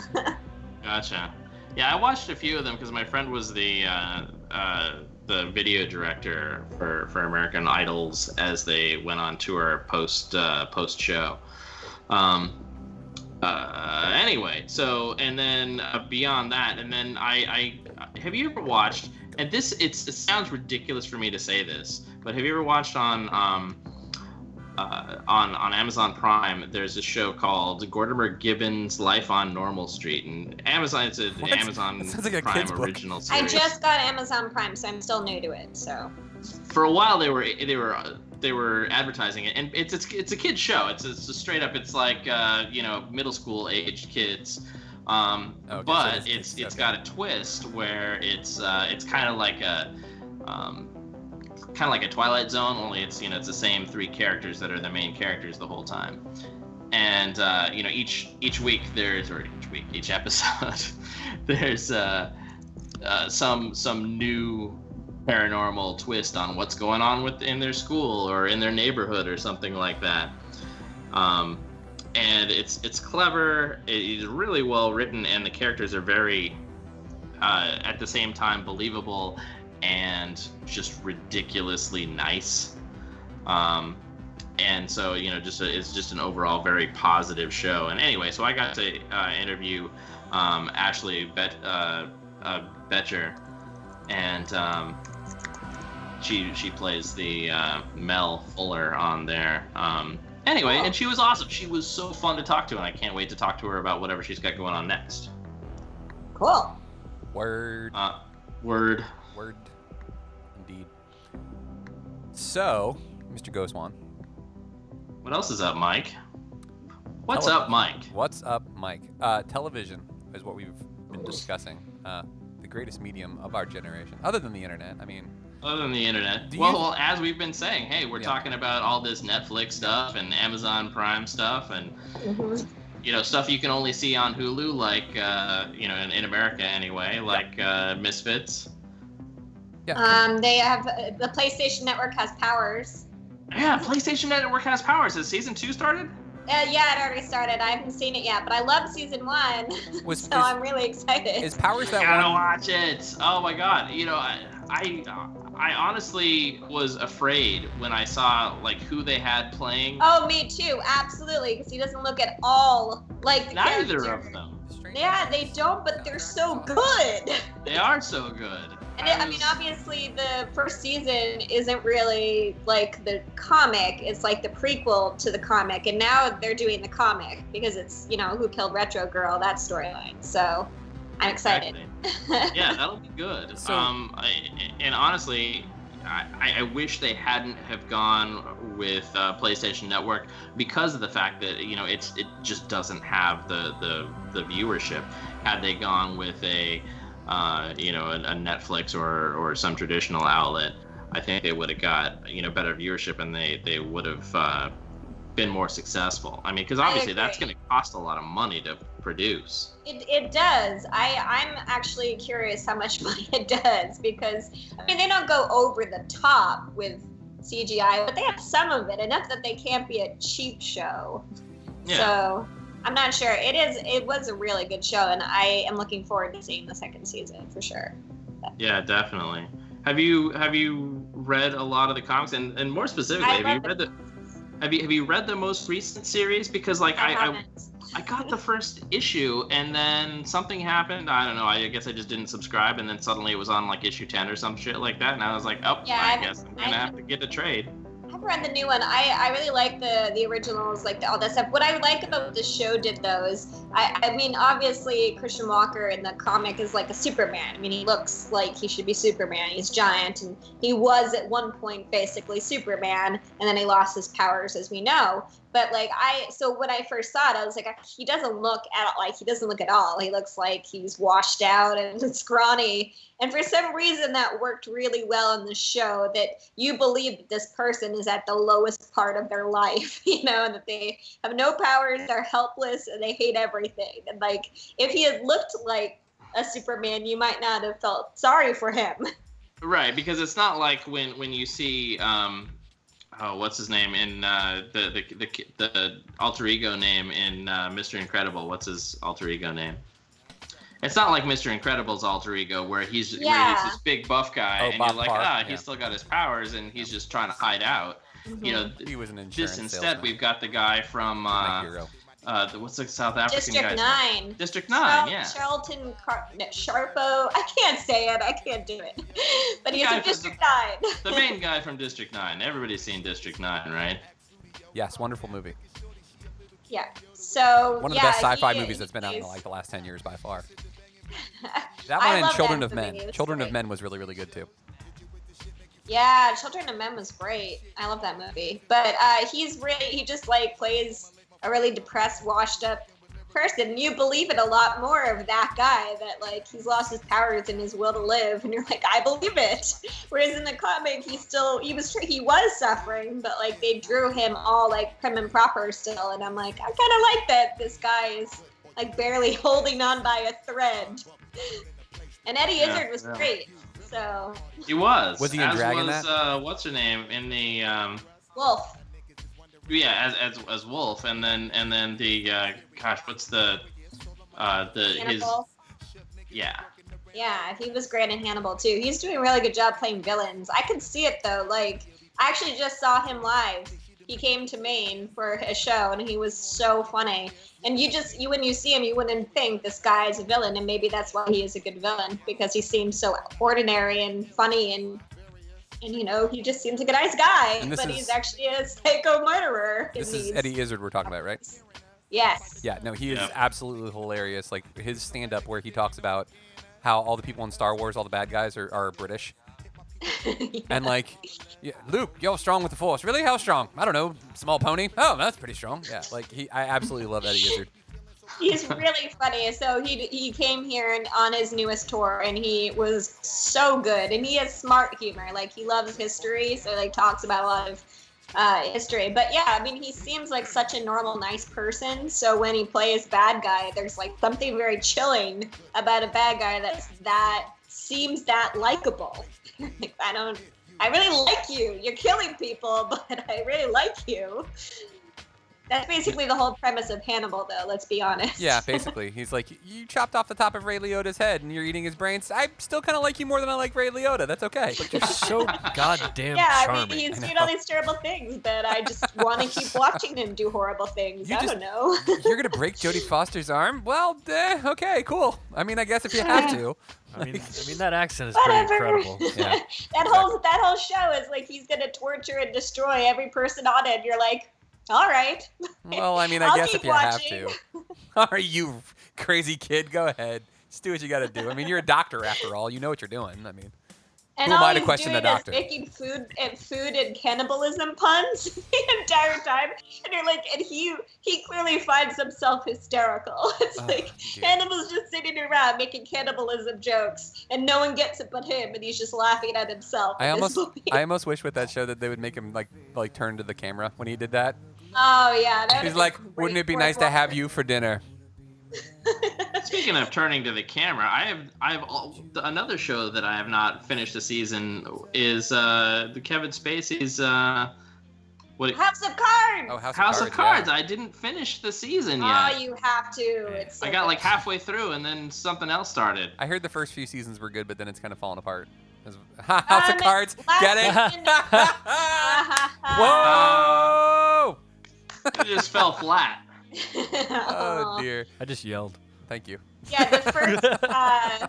Gotcha. Yeah, I watched a few of them because my friend was the uh, uh, the video director for, for American Idols as they went on tour post uh, post show. Um, uh, anyway, so and then uh, beyond that, and then I, I have you ever watched? And this it's it sounds ridiculous for me to say this, but have you ever watched on um, uh, on on Amazon Prime? There's a show called Gordimer Gibbons' Life on Normal Street, and Amazon it's an What? Amazon That sounds like a Prime kid's book. original I series. just got Amazon Prime, so I'm still new to it. So for a while they were they were uh, they were advertising it, and it's it's it's a kid show. It's it's a straight up. It's like uh, you know middle school aged kids. Um, Oh, Okay, so but it's- it's- it's it's got a twist where it's uh, it's kind of like a um, kind of like a Twilight Zone, only it's you know it's the same three characters that are the main characters the whole time. And uh, you know each each week there's or each week each episode there's uh, uh, some some new paranormal twist on what's going on with in their school or in their neighborhood or something like that. Um, and it's it's clever. It's really well written, and the characters are very uh, at the same time believable and just ridiculously nice. Um, and so you know, just a, it's just an overall very positive show. And anyway, so I got to uh, interview um, Ashley Bet uh, uh, Betcher, and um, she she plays the uh, Mel Fuller on there. Um, anyway, and she was awesome. She was so fun to talk to, and I can't wait to talk to her about whatever she's got going on next. Cool. Word. Uh, word. Word. Indeed. So, Mr. Goswan. What else is up, Mike? What's up, Mike? What's up, Mike? Uh, television is what we've been discussing. Uh, the greatest medium of our generation, other than the internet. I mean, Other than the internet. Do Well, you- well, as we've been saying, hey, we're Yeah. talking about all this Netflix stuff and Amazon Prime stuff and you know stuff you can only see on Hulu, like uh, you know in, in America anyway, like uh, Misfits. Um, they have uh, the PlayStation Network has powers. Yeah, PlayStation Network has powers. Has season two started? Uh, yeah, it already started. I haven't seen it yet, but I love season one, Was- Uh, so is- I'm really excited. is powers that gotta one? watch it. Oh my god, you know I. I I honestly was afraid when I saw like who they had playing. Oh, me too, absolutely, because he doesn't look at all like the Neither character. of them. Yeah, they don't, but they're so good. They are so good. And it, I mean, obviously, the first season isn't really like the comic; it's like the prequel to the comic, and now they're doing the comic because it's you know who killed Retro Girl that storyline. So I'm excited. yeah, that'll be good. um, I, and honestly, I, I- I wish they hadn't have gone with uh, PlayStation Network because of the fact that you know it's it just doesn't have the the, the viewership. Had they gone with a uh, you know a, a Netflix or or some traditional outlet, I think they would have got you know better viewership and they they would have. Uh, been more successful. I mean, because I obviously that's agree. going to cost a lot of money to produce. It, it does. I I'm actually curious how much money it does because I mean they don't go over the top with CGI, but they have some of it enough that they can't be a cheap show. Yeah. So I'm not sure. It is. It was a really good show, and I am looking forward to seeing the second season for sure. Yeah, definitely. Have you have you read a lot of the comics, and, and more specifically, I have read you read the have you have you read the most recent series? Because like I I I, haven't. I got the first issue, and then something happened. I don't know. I guess I just didn't subscribe, and then suddenly it was on like issue ten or some shit like that, and I was like, oh, Yeah, I I, haven't- guess I'm I gonna have to get a trade. I've read the new one. I, I really like the the originals, like the, all that stuff. What I like about the show did those. I, I mean, obviously Christian Walker in the comic is like a Superman. I mean, he looks like he should be Superman. He's giant, and he was at one point basically Superman, and then he lost his powers, as we know. But like I, so when I first saw it, I was like, he doesn't look at like he doesn't look at all. He looks like he's washed out and scrawny. And for some reason, that worked really well in the show that you believe that this person is at the lowest part of their life, you know, and that they have no powers, they're helpless, and they hate everything. And like, if he had looked like a Superman, you might not have felt sorry for him. Right, because it's not like when when you see um, oh, what's his name in uh, the, the the the alter ego name in uh, Mr. Incredible. What's his alter ego name? It's not like Mr. Incredible's alter ego where he's where he's Yeah. this big buff guy Oh, and Bob you're like, Parr, ah, yeah. he's still got his powers and he's just trying to hide out. You know, Mm-hmm. he was an just insurance instead salesman. we've got the guy from My uh, hero. uh, the, what's the South African District guy's name? Nine. Oh, District Nine, Charl- yeah. Charlton Car- no, Sharpo. I can't say it. I can't do it. But he's guy in from District Nine. The main guy from District Nine. Everybody's seen District Nine, right? Yes, wonderful movie. Yeah. So One of yeah, the best sci-fi he- movies that's been out in he's- like the last ten years by far. That I one and love Children that of Men. movie. It was Children of great. Men was really really good too. Yeah, Children of Men was great. I love that movie. But uh, he's really he just like plays a really depressed, washed up person. You believe it a lot more of that guy that like he's lost his powers and his will to live, and you're like, I believe it. Whereas in the comic, he still he was he was suffering, but like they drew him all like prim and proper still, and I'm like, I kind of like that this guy is like barely holding on by a thread. And Eddie Yeah, Izzard was yeah. great. So He was. Was he in as drag in was, that? Uh, what's her name in the? Um, Wolf. yeah, as, as as Wolf, and then and then the uh, gosh, what's the uh, the his Hannibal. yeah. Yeah, he was great in Hannibal too. He's doing a really good job playing villains. I could see it though, like I actually just saw him live. He came to Maine for a show, and he was so funny. And you just you when you see him, you wouldn't think this guy is a villain, and maybe that's why he is a good villain because he seems so ordinary and funny and. And you know he just seems like a nice guy, And but this is- he's actually a psycho murderer. in This is these. Eddie Izzard we're talking about, right? Yes. Yeah, no, he is Yeah. absolutely hilarious. Like his stand up where he talks about how all the people in Star Wars, all the bad guys are, are British. And like, yeah, Luke, yo, strong with the force. Really? How strong? I don't know. Small pony. Oh, that's pretty strong. Yeah, like he, I absolutely love Eddie Izzard. He's really funny. So he he came here and on his newest tour, and he was so good. And he has smart humor. Like he loves history, so like talks about a lot of uh, history. But yeah, I mean, he seems like such a normal, nice person. So when he plays bad guy, there's like something very chilling about a bad guy that's that seems that likable. like I don't. I really like you. You're killing people, but I really like you. That's basically the whole premise of Hannibal, though. Let's be honest. Yeah, basically, he's like, you chopped off the top of Ray Liotta's head, and you're eating his brains. I still kind of like you more than I like Ray Liotta. That's okay. But you're so goddamn yeah, I mean, he's doing all these terrible things, but I just want to keep watching him do horrible things. You I just- don't know. You're gonna break Jodie Foster's arm? Well, eh, okay, cool. I mean, I guess if you have to. I mean, I mean that accent is pretty Whatever. incredible. Yeah. that whole that whole show is like he's gonna torture and destroy every person on it. And you're like, all right. Well, I mean, I I'll guess keep if you watching. have to. Are you crazy kid? Go ahead. Just do what you got to do. I mean, you're a doctor after all. You know what you're doing. I mean, And who am all I to he's question the doing doctor? Is making food and food and cannibalism puns the entire time, and you're like, and he he clearly finds himself hysterical. It's Oh, like dear. Hannibal's just sitting around making cannibalism jokes, and no one gets it but him, and he's just laughing at himself. I in this almost, movie. I almost wish with that show that they would make him like, like turn to the camera when he did that. oh yeah, that He's would've like, been great "Wouldn't it be for nice Walter." to have you for dinner?" Speaking of turning to the camera, I have I have all, another show that I have not finished the season is uh, the Kevin Spacey's uh, what House of Cards. Oh, House, House of of Cards. Cards. I didn't finish the season Oh, yet. you have to. It's so I got good. like halfway through and then something else started. I heard the first few seasons were good, but then it's kind of fallen apart. As- House of Um, Cards. last Get it? season- uh, Whoa! It just fell flat. Oh uh, Aw. dear. I just yelled. Thank you. Yeah, the first uh,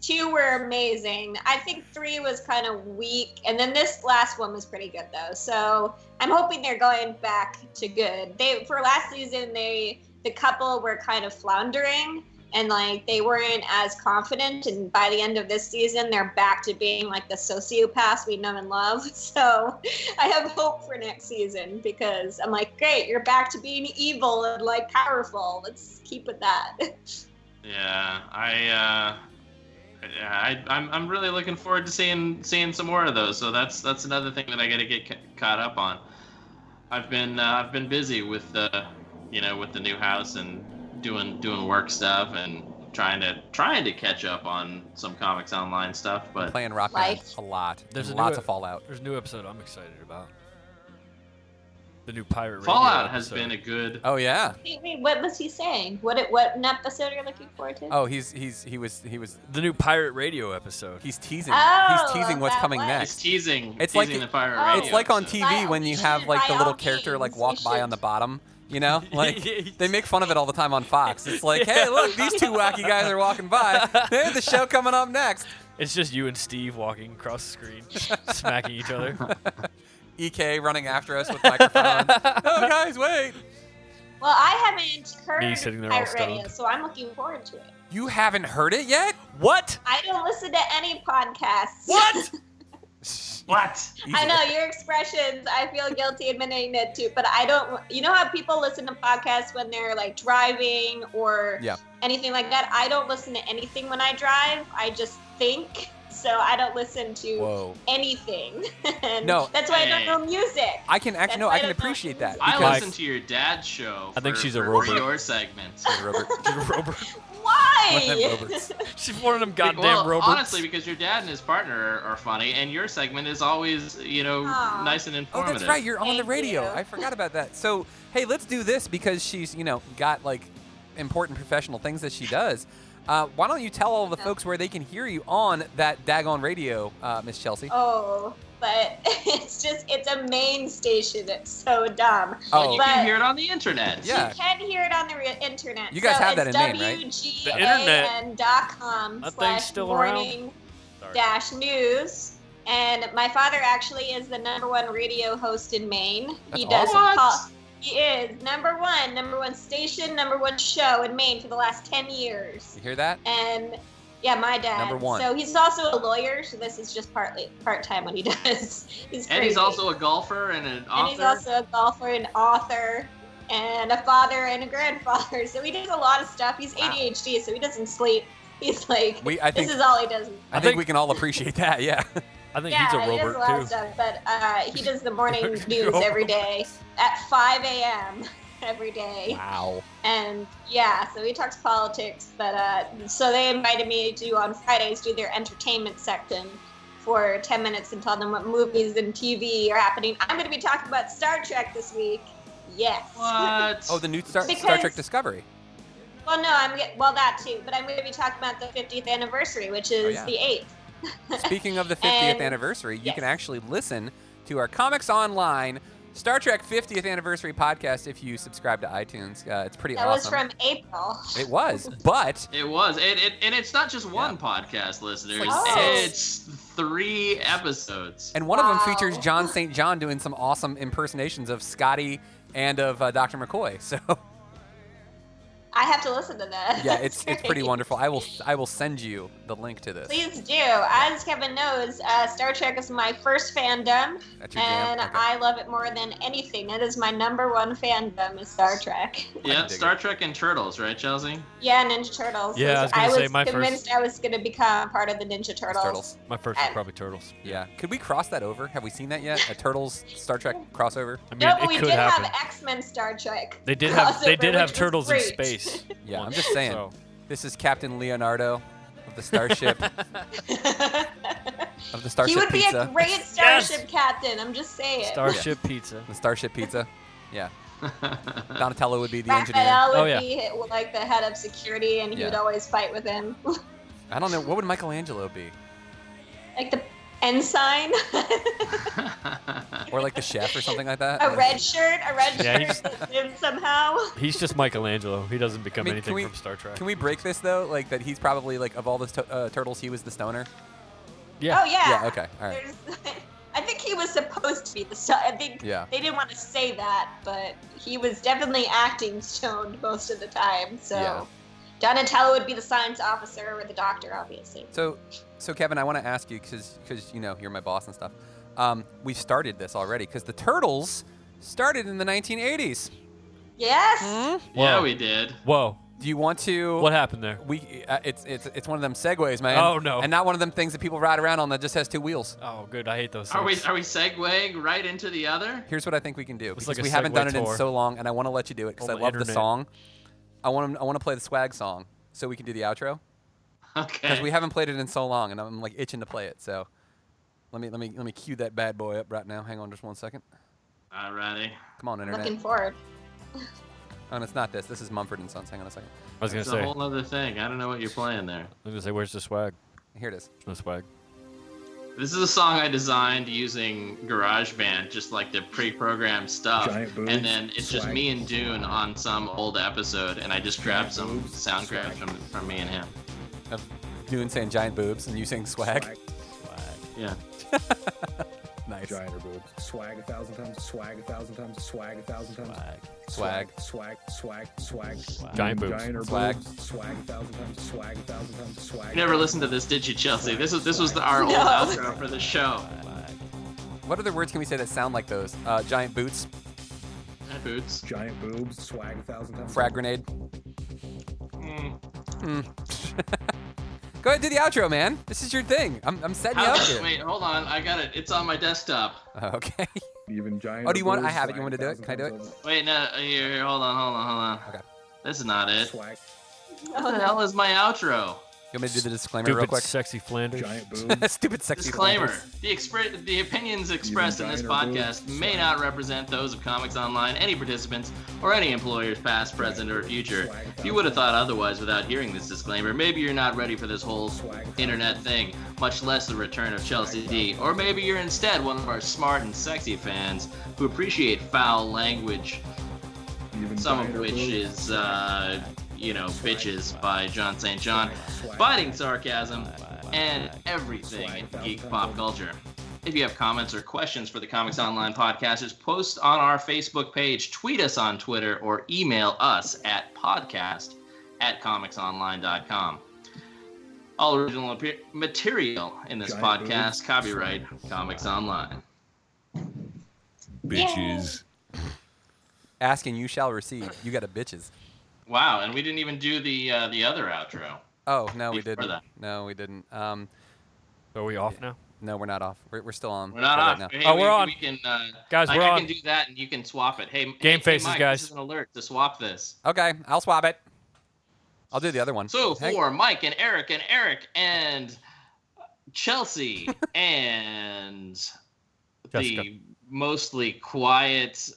two were amazing. I think three was kind of weak, and then this last one was pretty good though. So I'm hoping they're going back to good. They for last season they the couple were kind of floundering and like they weren't as confident and by the end of this season they're back to being like the sociopaths we know and love so i have hope for next season because i'm like great you're back to being evil and like powerful let's keep with that Yeah, I. Uh, I, I'm, I'm really looking forward to seeing seeing some more of those. So that's that's another thing that I got to get ca- caught up on. I've been uh, I've been busy with the you know with the new house and doing doing work stuff and trying to trying to catch up on some comics online stuff. But Playing rock band Life. a lot. There's There's a new lots e- of Fallout. There's a new episode I'm excited about. The new pirate. Radio Fallout has episode. been a good. Oh yeah. wait, wait what was he saying what what an episode are you looking forward to Oh, he's he's he was he was the new pirate radio episode. he's teasing. Oh, he's teasing what's that coming was- He's next. teasing. It's like teasing the- the pirate Oh. radio. It's like on episode. TV By all- when you you have should, like by the little all character like means, walk you by should. on the bottom, you know? Like they make fun of it all the time on Fox. It's like, hey, look, these two wacky guys are walking by. There's the show coming up next. It's just you and Steve walking across the screen, smacking each other. Ek E running after us with microphones. oh guys, wait! well i haven't heard Me sitting there all pirate radio stoned. so i'm looking forward to it You haven't heard it yet? What? i don't listen to any podcasts What? What? I know your expressions. I feel guilty admitting it too, but I don't. You know how people listen to podcasts when they're like driving or Yeah. anything like that. I don't listen to anything when I drive. I just think, so I don't listen to Whoa. anything. And No. that's why I Hey. don't know music. I can actually That's no, why I I can don't know. appreciate that. I because- listened to your dad's show. I think for- she's a for Robert. Your segment. Robert. Robert. One Why? of them Roberts. She's one of them goddamn well, Roberts. honestly, because your dad and his partner are, are funny, and your segment is always, you know, Aw. nice and Oh, informative. that's right. You're on the Thank radio. you. I forgot about that. So, hey, let's do this because she's, you know, got like important professional things that she does. Uh, why don't you tell all the folks where they can hear you on that Dagon radio, uh, Miss Chelsea? Oh, but it's just it's a main station. It's so dumb. Oh, Like, you But can hear it on the internet. You can hear it on the re- internet. You guys so have that it's in Maine, right? The internet. WGAN.com That thing's slash still around? morning dash news. And my father actually is the number one radio host in Maine. he That's does awesome. call. He is number one, number one station, number one show in Maine for the last ten years. You hear that? And yeah, my dad. Number one. So he's also a lawyer. So this is just partly part time what he does. He's And crazy. he's also a golfer and an And he's author. also a golfer, an author, and a father and a grandfather. So he does a lot of stuff. He's ADHD, so he doesn't sleep. He's like, We- I think- this is all he does. I think we can all appreciate that. Yeah. I yeah, he does a lot of stuff, but uh, he does the morning news Robert. every day at 5 a.m. every day. Wow. And yeah, so he talks politics, but uh, so they invited me to on Fridays do their entertainment section for 10 minutes and tell them what movies and TV are happening. I'm going to be talking about Star Trek this week. Yes. Oh, the new Star, Star Because- Trek Discovery. well, no, I'm get- well that too, but I'm going to be talking about the 50th anniversary, which is Oh, yeah. the 8th. Speaking of the 50th And- anniversary, you can actually listen to our Comics Online Star Trek 50th Anniversary podcast if you subscribe to iTunes. Uh, it's pretty that awesome. was from April. it was, but It was. It, it, and it's not just one podcast, listeners. like It's three episodes. and one of them features John St. John doing some awesome impersonations of Scotty and of uh, Dr. McCoy. So I have to listen to that. yeah, it's it's pretty Great. wonderful. I will I will send you the link to this. Please do. As Kevin knows, uh, Star Trek is my first fandom, That's your jam? and Okay. I love it more than anything. It is my number one fandom is Star Trek. Yeah, Star Trek and Turtles, right, Chelsea? Yeah, Ninja Turtles. Yeah, I was gonna say my first- convinced I was going to become part of the Ninja Turtles. My first was probably Turtles. Yeah. Could we cross that over? Have we seen that yet? A Turtles Star Trek crossover? I no, but we did have X Men Star Trek. They did have- they crossover, did which have was Turtles in great. space. Yeah, I'm once, just saying. so. This is Captain Leonardo of the starship of the starship he would be pizza. a great starship captain. I'm just saying. pizza. The starship pizza. Yeah. Donatello would be the engineer. Raphael would be like the head of security, and he Yeah. would always fight with him, I don't know what would Michelangelo be, like the ensign. or like the chef or something like that. a red shirt, a red Yeah, he's- shirt that lives somehow. He's just Michelangelo. He doesn't I become mean, anything can we from Star Trek. can we break this though? Like that he's probably like of all the stu- uh, turtles, he was the stoner. Oh yeah. Yeah. Okay. All right. There's- I think he was supposed to be the star. I think Yeah. they didn't want to say that, but he was definitely acting stoned most of the time. So Yeah. Donatello would be the science officer or the doctor, obviously. So, so Kevin, I want to ask you because you know you're my boss and stuff. Um, we started this already because the turtles started in the 1980s. Yes. Yeah, we did. Whoa. Do you want to? What happened there? We uh, it's it's it's one of them segways, man. Oh, no. And not one of them things that people ride around on that just has two wheels. Oh good, I hate those. Are we are we segueing right into the other? Here's what I think we can do It's because like a we haven't Segway done it in tour. so long, and I want to let you do it because I On the love the internet. song. I want to I want to play the swag song so we can do the outro. Okay. Because we haven't played it in so long, and I'm like itching to play it. So let me let me let me cue that bad boy up right now. Hang on just one second. Alrighty. Come on, internet. Looking forward. Oh, and it's not this. This is Mumford and Sons. Hang on a second. I was gonna It's say. a whole other thing. I don't know what you're playing there. I'm gonna say, where's the swag? Here it is. No swag. This is a song I designed using GarageBand, just like the pre-programmed stuff, Giant boobs, and then it's just swag. me and Dune on some old episode, and I just grabbed some sound grabs from from me and him. Of Dune saying giant boobs and you saying swag. Swag. Yeah. Nice. Giant boobs. Swag a thousand times. Swag a thousand times. Swag a thousand times. Swag. Swag. Swag. Swag. swag. Giant boobs. Giant Swag. boobs. Swag a thousand times. Swag a thousand times. Swag. You never listened to this, did you, Chelsea? This is this was the, our old No. outro for the show. What other words can we say that sound like those? Uh, giant boots, Giant boots. Giant boobs. Swag a thousand times. frag grenade. Mm. Mm. Go ahead, do the outro, man. This is your thing. I'm, I'm setting you How- up here. wait, hold on. I got it. It's on my desktop. Uh, Okay. Even giant. Oh, do you want? I boobs, have it. You swag want to a do thousand it? Can I do it? times Wait, no. Here, here, hold on, hold on, hold on. Okay. This is not it. Swag. What the hell is my outro? You want me to do the disclaimer Stupid real quick? sexy Flanders. Giant boobs. Stupid sexy Disclaimer: Flanders. the, expre- the opinions expressed in this diner podcast may not represent those of Comics Online, any participants, or any employers, past, present, or future. If you would have thought otherwise without hearing this disclaimer, maybe you're not ready for this whole internet thing, much less the return of Chelsea D. Or maybe you're instead one of our smart and sexy fans who appreciate foul language, some of which is, uh, you know, bitches by John St. John, biting sarcasm, and everything in geek pop culture. If you have comments or questions for the Comics Online podcasters, post on our Facebook page, tweet us on Twitter, or email us at podcast at comicsonline.com. All original appear- material in this podcast, copyright Comics Online. Bitches. Asking you shall receive. You got a bitches. Wow, and we didn't even do the uh, the other outro. Oh no, we Before didn't. that. No, we didn't. Um, Are we off now? No, we're not off. We're, we're still on. We're not for right off. now. Hey, we, We can, uh, Oh, Guys, I, we're I on. can do that, and you can swap it. Hey, m- Game hey, faces, Mike, guys. This is an alert to swap this. Okay, I'll swap it. I'll do the other one. So Hang- for Mike and Eric and Eric and Chelsea and the Jessica. mostly quiet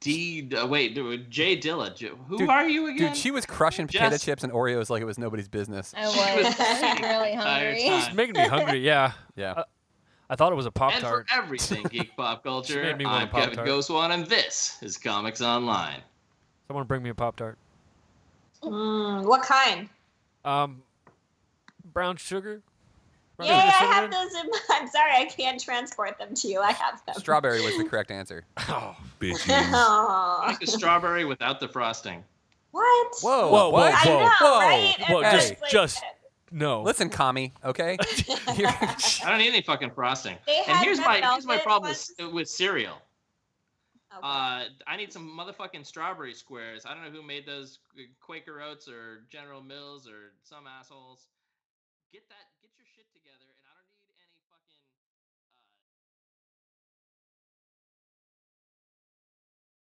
D. Uh, wait, dude, Jay Dilla. J- Who Dude- are you again? Dude, she was crushing potato Jess- chips and Oreos like it was nobody's Uh, business. I was, I was really hungry. It's making me hungry. Yeah. Yeah. uh, I, I thought it was a pop and for tart. everything geek pop culture, made me want a I'm Kevin Pop-Tart. Ghostwan, and this is Comics Online. Someone bring me a pop tart. Mm, what kind? Um, brown sugar. Yay, I have those in my, I'm sorry, I can't transport them to you. I have them. Strawberry was the correct answer. Oh, Aw. Like a strawberry without the frosting. What? Whoa, Whoa, what? whoa, whoa, know, right? whoa! Hey. Just, just no. Listen, commie, okay? I don't need any fucking frosting. They and had here's the my here's my velvet problem with, with cereal. Uh, I need some motherfucking strawberry squares. I don't know who uh, made those Quaker Oats or General Mills or some assholes. Get that uh,